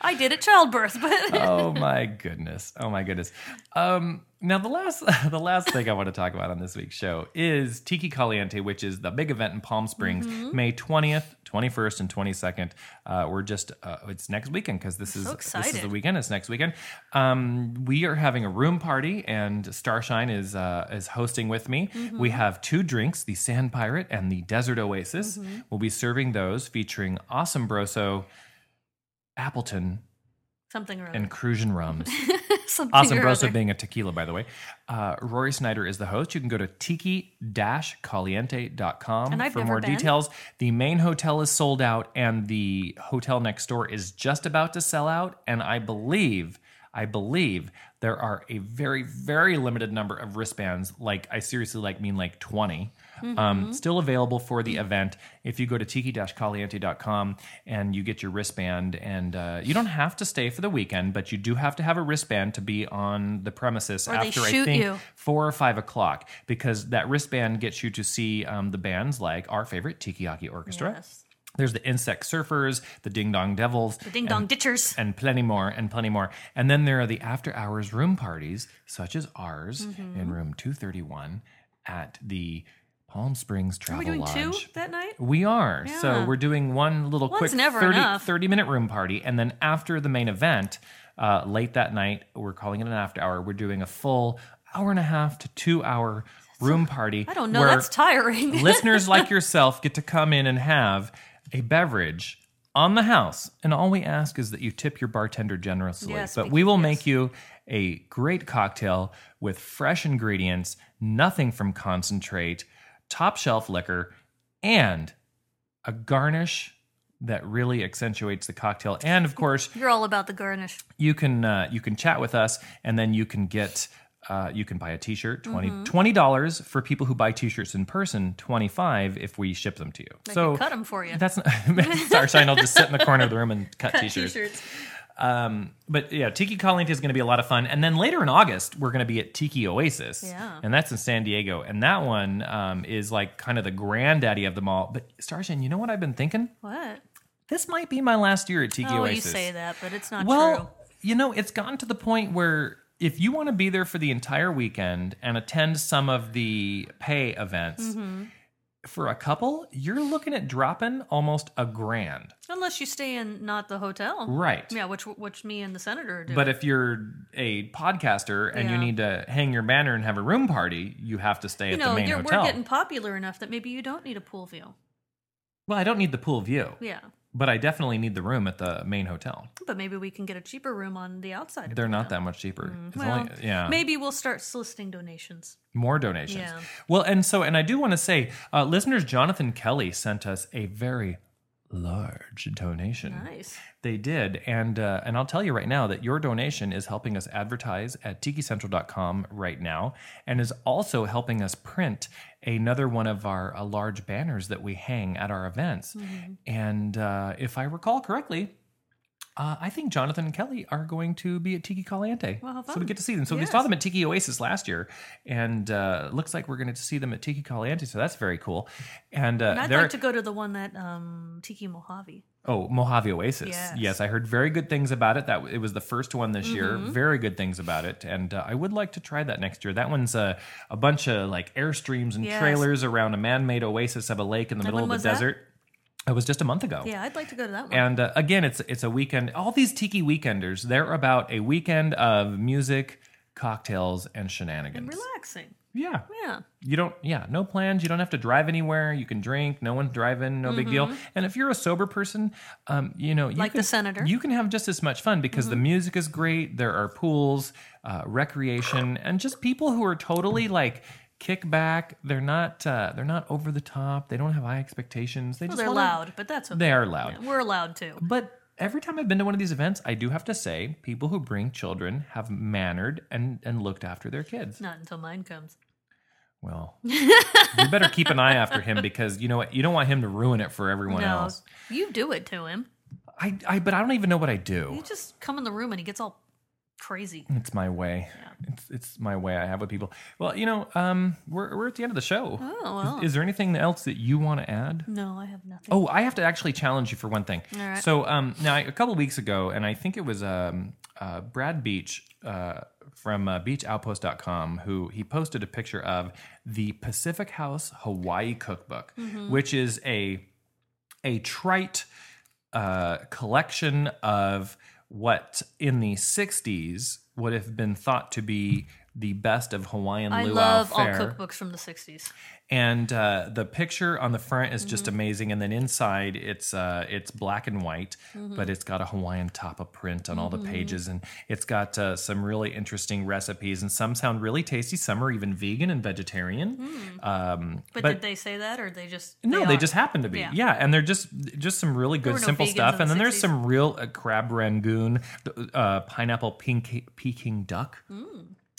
S2: I did at childbirth, but
S1: Oh my goodness. Oh my goodness. Um Now the last the last thing I want to talk about on this week's show is Tiki Caliente, which is the big event in Palm Springs,
S2: Mm-hmm.
S1: May twentieth, twenty first, and twenty second. Uh, we're just uh, it's next weekend because this is
S2: so
S1: this is the
S2: excited.
S1: weekend. It's next weekend. Um, we are having a room party, and Starshine is uh, is hosting with me.
S2: Mm-hmm.
S1: We have two drinks: the Sand Pirate and the Desert Oasis.
S2: Mm-hmm.
S1: We'll be serving those, featuring Awesome Broso, Appleton,
S2: Something or other.
S1: and Cruisin Rums.
S2: Something
S1: Awesome
S2: or other.
S1: Brosa being a tequila, by the way. Uh, Rory Snyder is the host. You can go to tiki-caliente.com
S2: And I've
S1: for
S2: never
S1: more
S2: been.
S1: details. The main hotel is sold out, and the hotel next door is just about to sell out. And I believe, I believe there are a very, very limited number of wristbands. Like, I seriously like mean like 20.
S2: Mm-hmm.
S1: Um, still available for the event if you go to tiki-caliente.com and you get your wristband and uh, you don't have to stay for the weekend but you do have to have a wristband to be on the premises
S2: they
S1: after i
S2: shoot
S1: think
S2: you.
S1: four or five o'clock because that wristband gets you to see um, the bands like our favorite tikiaki orchestra
S2: Yes.
S1: there's the insect surfers the ding dong devils
S2: The ding dong ditchers.
S1: and plenty more and plenty more. And then there are the after hours room parties, such as ours
S2: Mm-hmm.
S1: in room 231 at the Palm Springs
S2: Are
S1: Travel
S2: we doing two
S1: Lodge.
S2: that night?
S1: We are. So
S2: Yeah.
S1: we're doing one little
S2: One's
S1: quick
S2: never
S1: 30,
S2: enough.
S1: 30 minute room party. And then after the main event, uh, late that night, we're calling it an after hour, we're doing a full hour and a half to two hour room party.
S2: I don't know.
S1: where
S2: That's tiring.
S1: listeners like yourself get to come in and have a beverage on the house. And all we ask is that you tip your bartender generously.
S2: Yes,
S1: but
S2: we-
S1: we will
S2: yes.
S1: make you a great cocktail with fresh ingredients, nothing from concentrate, top shelf liquor, and a garnish that really accentuates the cocktail. And of course,
S2: You're all about the garnish.
S1: you can uh, you can chat with us and then you can get uh, you can buy a t-shirt
S2: Mm-hmm.
S1: 20 dollars for people who buy t-shirts in person 25 if we ship them to you
S2: They
S1: so
S2: can cut them for you.
S1: that's not sorry sign i'll just sit in the corner of the room and cut, t-shirts.
S2: T-shirts.
S1: but yeah tiki caliente is going to be a lot of fun and then later in august we're going to be at tiki oasis
S2: Yeah.
S1: and that's in san diego and that one um, is like kind of the granddaddy of them all but starshin you know what i've been thinking
S2: What?
S1: this might be my last year at tiki
S2: Oh,
S1: oasis
S2: you say that, but it's not
S1: well,
S2: true.
S1: you know, it's gotten to the point where if you want to be there for the entire weekend and attend some of the pay events
S2: Mm-hmm.
S1: for a couple, you're looking at dropping almost a grand.
S2: Unless you stay in not the hotel.
S1: Right.
S2: Yeah, which which me and the senator are doing.
S1: But if you're a podcaster and you
S2: Yeah.
S1: need to hang your banner and have a room party, you have to stay
S2: you
S1: at
S2: know,
S1: the main
S2: you're,
S1: hotel.
S2: we're getting popular enough that maybe you don't need a pool view.
S1: well, I don't need the pool view,
S2: Yeah.
S1: but I definitely need the room at the main hotel.
S2: But maybe we can get a cheaper room on the outside. of
S1: They're
S2: the
S1: not
S2: hotel. Mm-hmm.
S1: that much cheaper. It's
S2: Mm. Well,
S1: only- yeah.
S2: Maybe we'll start soliciting donations.
S1: more donations.
S2: Yeah.
S1: Well, and so, and I do want to say, uh, listeners, Jonathan Kelly sent us a very large donation.
S2: Nice.
S1: They did, and uh, and I'll tell you right now that your donation is helping us advertise at TikiCentral.com right now, and is also helping us print another one of our uh, large banners that we hang at our events.
S2: Mm-hmm.
S1: And uh, if I recall correctly. Uh, I think Jonathan and Kelly are going to be at Tiki Caliente.
S2: Well, how
S1: So we
S2: fun.
S1: get to see them. So we
S2: Yes.
S1: saw them at Tiki Oasis last year, and uh, looks like we're going to see them at Tiki Caliente. So that's very cool. And, uh,
S2: And I'd
S1: they're,
S2: like to go to the one that um, Tiki Mojave.
S1: Oh, Mojave Oasis. Yes.
S2: Yes. Mm-hmm.
S1: I heard very good things about it. That it was the first one this year. Very good things about it, and uh, I would like to try that next year. That one's a a bunch of like airstreams and
S2: Yes.
S1: trailers around a man-made oasis of a lake in the middle
S2: when
S1: of the
S2: was that?
S1: desert. It was just a month ago.
S2: Yeah, I'd like to go to that one.
S1: Oh. And uh, again, it's it's a weekend. All these tiki weekenders, they're about a weekend of music, cocktails, and shenanigans.
S2: Relaxing.
S1: Yeah.
S2: Yeah.
S1: You don't, yeah, no plans. You don't have to drive anywhere. You can drink. No one's driving. No big deal. And if you're a sober person, um, you know, you
S2: Mm-hmm. Like the
S1: can,
S2: senator. Mm-hmm.
S1: you can have just as much fun because the music is great. There are pools, uh, recreation, and just people who are totally like kick back. They're not, uh, they're not over the top. They don't have high expectations. They
S2: Well,
S1: just
S2: they're
S1: wanna-
S2: loud, but that's okay.
S1: They are loud.
S2: We're allowed to.
S1: But every time I've been to one of these events, I do have to say, people who bring children have mannered and and looked after their kids.
S2: Not until mine comes.
S1: Well, you better keep an eye after him because you know what? You don't want him to ruin it for everyone
S2: no,
S1: else.
S2: you do it to him.
S1: I, I, but I don't even know what I
S2: You
S1: do.
S2: just come in the room and he gets all crazy.
S1: It's my way. It's, it's my way I have with people. Well, you know, um, we're, we're at the end of the show.
S2: Oh, well.
S1: Is, is there anything else that you want to add?
S2: No, I have nothing.
S1: Oh, I have to actually challenge you for one thing.
S2: All right.
S1: So um, now I- a couple weeks ago, and I think it was um, uh, Brad Beach uh, from uh, BeachOutpost.com who he posted a picture of the Pacific House Hawaii Cookbook,
S2: Mm-hmm.
S1: which is a a trite uh, collection of what in the '60s would have been thought to be the best of Hawaiian
S2: I
S1: luau
S2: love all
S1: Oh, fare
S2: cookbooks from the 60s.
S1: and uh, the picture on the front is just amazing and then inside it's uh, it's black and white but it's got a hawaiian tapa print on all the pages and it's got uh, some really interesting recipes and some sound really tasty some are even vegan and vegetarian um,
S2: But,
S1: But-
S2: did they say that or they just.
S1: no, they,
S2: are.
S1: just happen to be. Yeah.
S2: Yeah.
S1: and they're just just some really good
S2: were no
S1: simple
S2: vegans
S1: stuff.
S2: in
S1: And
S2: the
S1: then there's
S2: 60s.
S1: some real uh, crab rangoon, th- uh, pineapple pink, Peking duck.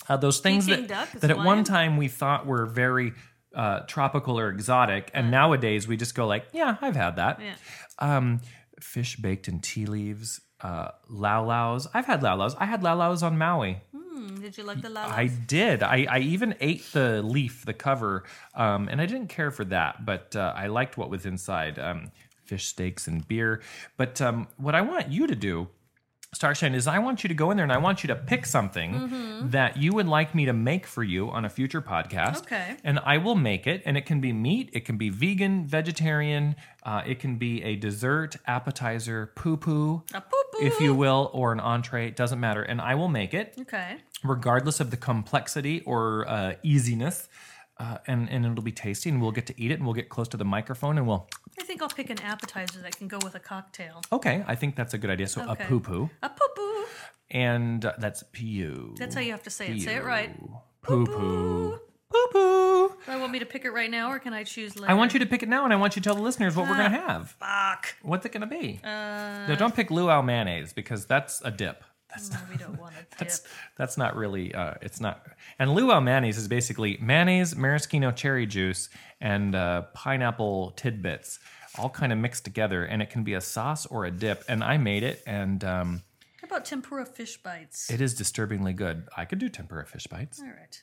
S1: Uh, those things
S2: Mm. Peking
S1: that
S2: duck is
S1: that at one
S2: Hawaiian?
S1: time we thought were very uh, tropical or exotic, and nowadays we just go like, yeah, I've had that.
S2: Yeah.
S1: Um, fish baked in tea leaves, uh, lao laos. I've had lao laos. I had lao laos on Maui.
S2: Hmm, did you like the lala?
S1: I did. I, I even ate the leaf, the cover, um, and I didn't care for that, but uh, I liked what was inside um, fish steaks and beer. But um, what I want you to do, Starshine, is I want you to go in there and I want you to pick something
S2: Mm-hmm.
S1: that you would like me to make for you on a future podcast.
S2: Okay.
S1: And I will make it, and it can be meat, it can be vegan, vegetarian, uh, it can be a dessert, appetizer, poo poo.
S2: A poo poo.
S1: If you will, or an entree, it doesn't matter. And I will make it
S2: Okay.
S1: regardless of the complexity or uh, easiness. Uh, and, and it'll be tasty, and we'll get to eat it, and we'll get close to the microphone, and we'll,
S2: I think I'll pick an appetizer that can go with a cocktail.
S1: okay, I think that's a good idea. So
S2: Okay.
S1: a poo poo,
S2: A poo poo.
S1: and uh, that's pew.
S2: That's how you have to say it. Say it right.
S1: Poo poo. Poo poo.
S2: Do I want me to pick it right now or can I choose later?
S1: I want you to pick it now, and I want you to tell the listeners what we're going
S2: Ah.
S1: to have.
S2: Fuck.
S1: What's it going to be?
S2: Uh.
S1: no, don't pick luau mayonnaise because that's a dip. That's
S2: No, we don't want a dip.
S1: That's that's not really uh, it's not and luau mayonnaise is basically mayonnaise, maraschino cherry juice, and uh, pineapple tidbits, all kind of mixed together, and it can be a sauce or a dip. And I made it, and um,
S2: How about tempura fish bites?
S1: it is disturbingly good. I could do tempura fish bites.
S2: All right.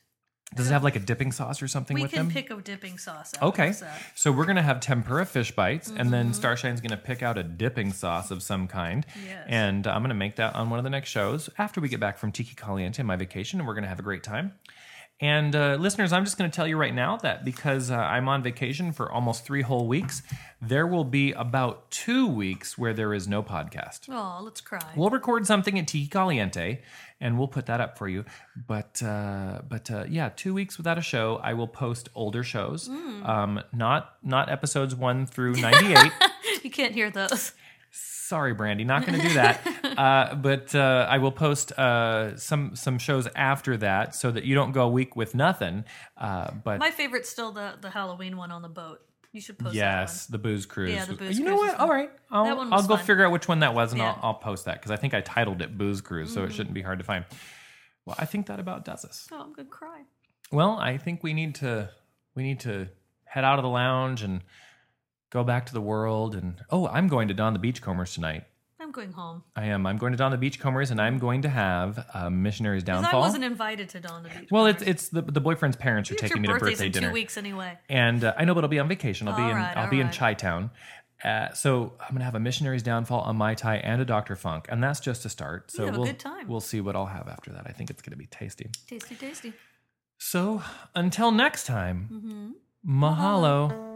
S1: Does it have like a dipping sauce or something
S2: We
S1: with
S2: can
S1: them?
S2: pick a dipping sauce. uh, out of
S1: Okay,
S2: that.
S1: so Mm-hmm. we're gonna have tempura fish bites, and then Starshine's gonna pick out a dipping sauce of some kind,
S2: Yes.
S1: and I'm gonna make that on one of the next shows after we get back from Tiki Caliente, my vacation, and we're gonna have a great time. And uh, listeners, I'm just gonna tell you right now that because uh, I'm on vacation for almost three whole weeks, there will be about two weeks where there is no podcast.
S2: Oh, let's cry.
S1: We'll record something at Tiki Caliente, and we'll put that up for you. But uh, but uh, yeah, two weeks without a show. I will post older shows, um, not not episodes one through ninety eight.
S2: You can't hear those.
S1: Sorry, Brandy, not going to do that. uh, but uh, I will post uh, some some shows after that, so that you don't go a week with nothing. Uh, but
S2: My favorite's still the, the Halloween one on the boat. You should post
S1: Yes, the booze cruise.
S2: Yeah, the Booze
S1: you know
S2: Cruise
S1: what?
S2: is
S1: All right, I'll,
S2: That one
S1: I'll
S2: was
S1: go
S2: fun.
S1: figure out which one that was, and
S2: Yeah. Mm-hmm.
S1: I'll, I'll post that because I think I titled it "Booze Cruise," so it shouldn't be hard to find. Well, I think that about does us.
S2: that one. Oh, I'm going to cry.
S1: Well, I think we need to we need to head out of the lounge and go back to the world. And oh, I'm going to don the beachcombers tonight.
S2: I'm going home.
S1: I am. I'm going to don the beachcombers, and I'm going to have uh, missionaries
S2: Because
S1: downfall.
S2: I wasn't invited to Dawn the Beach.
S1: well, it's it's the the boyfriend's parents are
S2: It's
S1: taking me
S2: your
S1: to
S2: birthday's
S1: birthday
S2: in
S1: dinner.
S2: two weeks anyway.
S1: and uh, I know, but I'll be on vacation. I'll be
S2: All
S1: in
S2: right,
S1: I'll
S2: all
S1: be in
S2: right.
S1: Chi Town. Uh, so I'm gonna have a missionary's downfall, a mai tai, and a Doctor Funk, and that's just a start. So
S2: have a
S1: we'll
S2: good time.
S1: we'll see what I'll have after that. I think it's gonna be tasty.
S2: Tasty, tasty. Mm-hmm.
S1: So until next time, mahalo.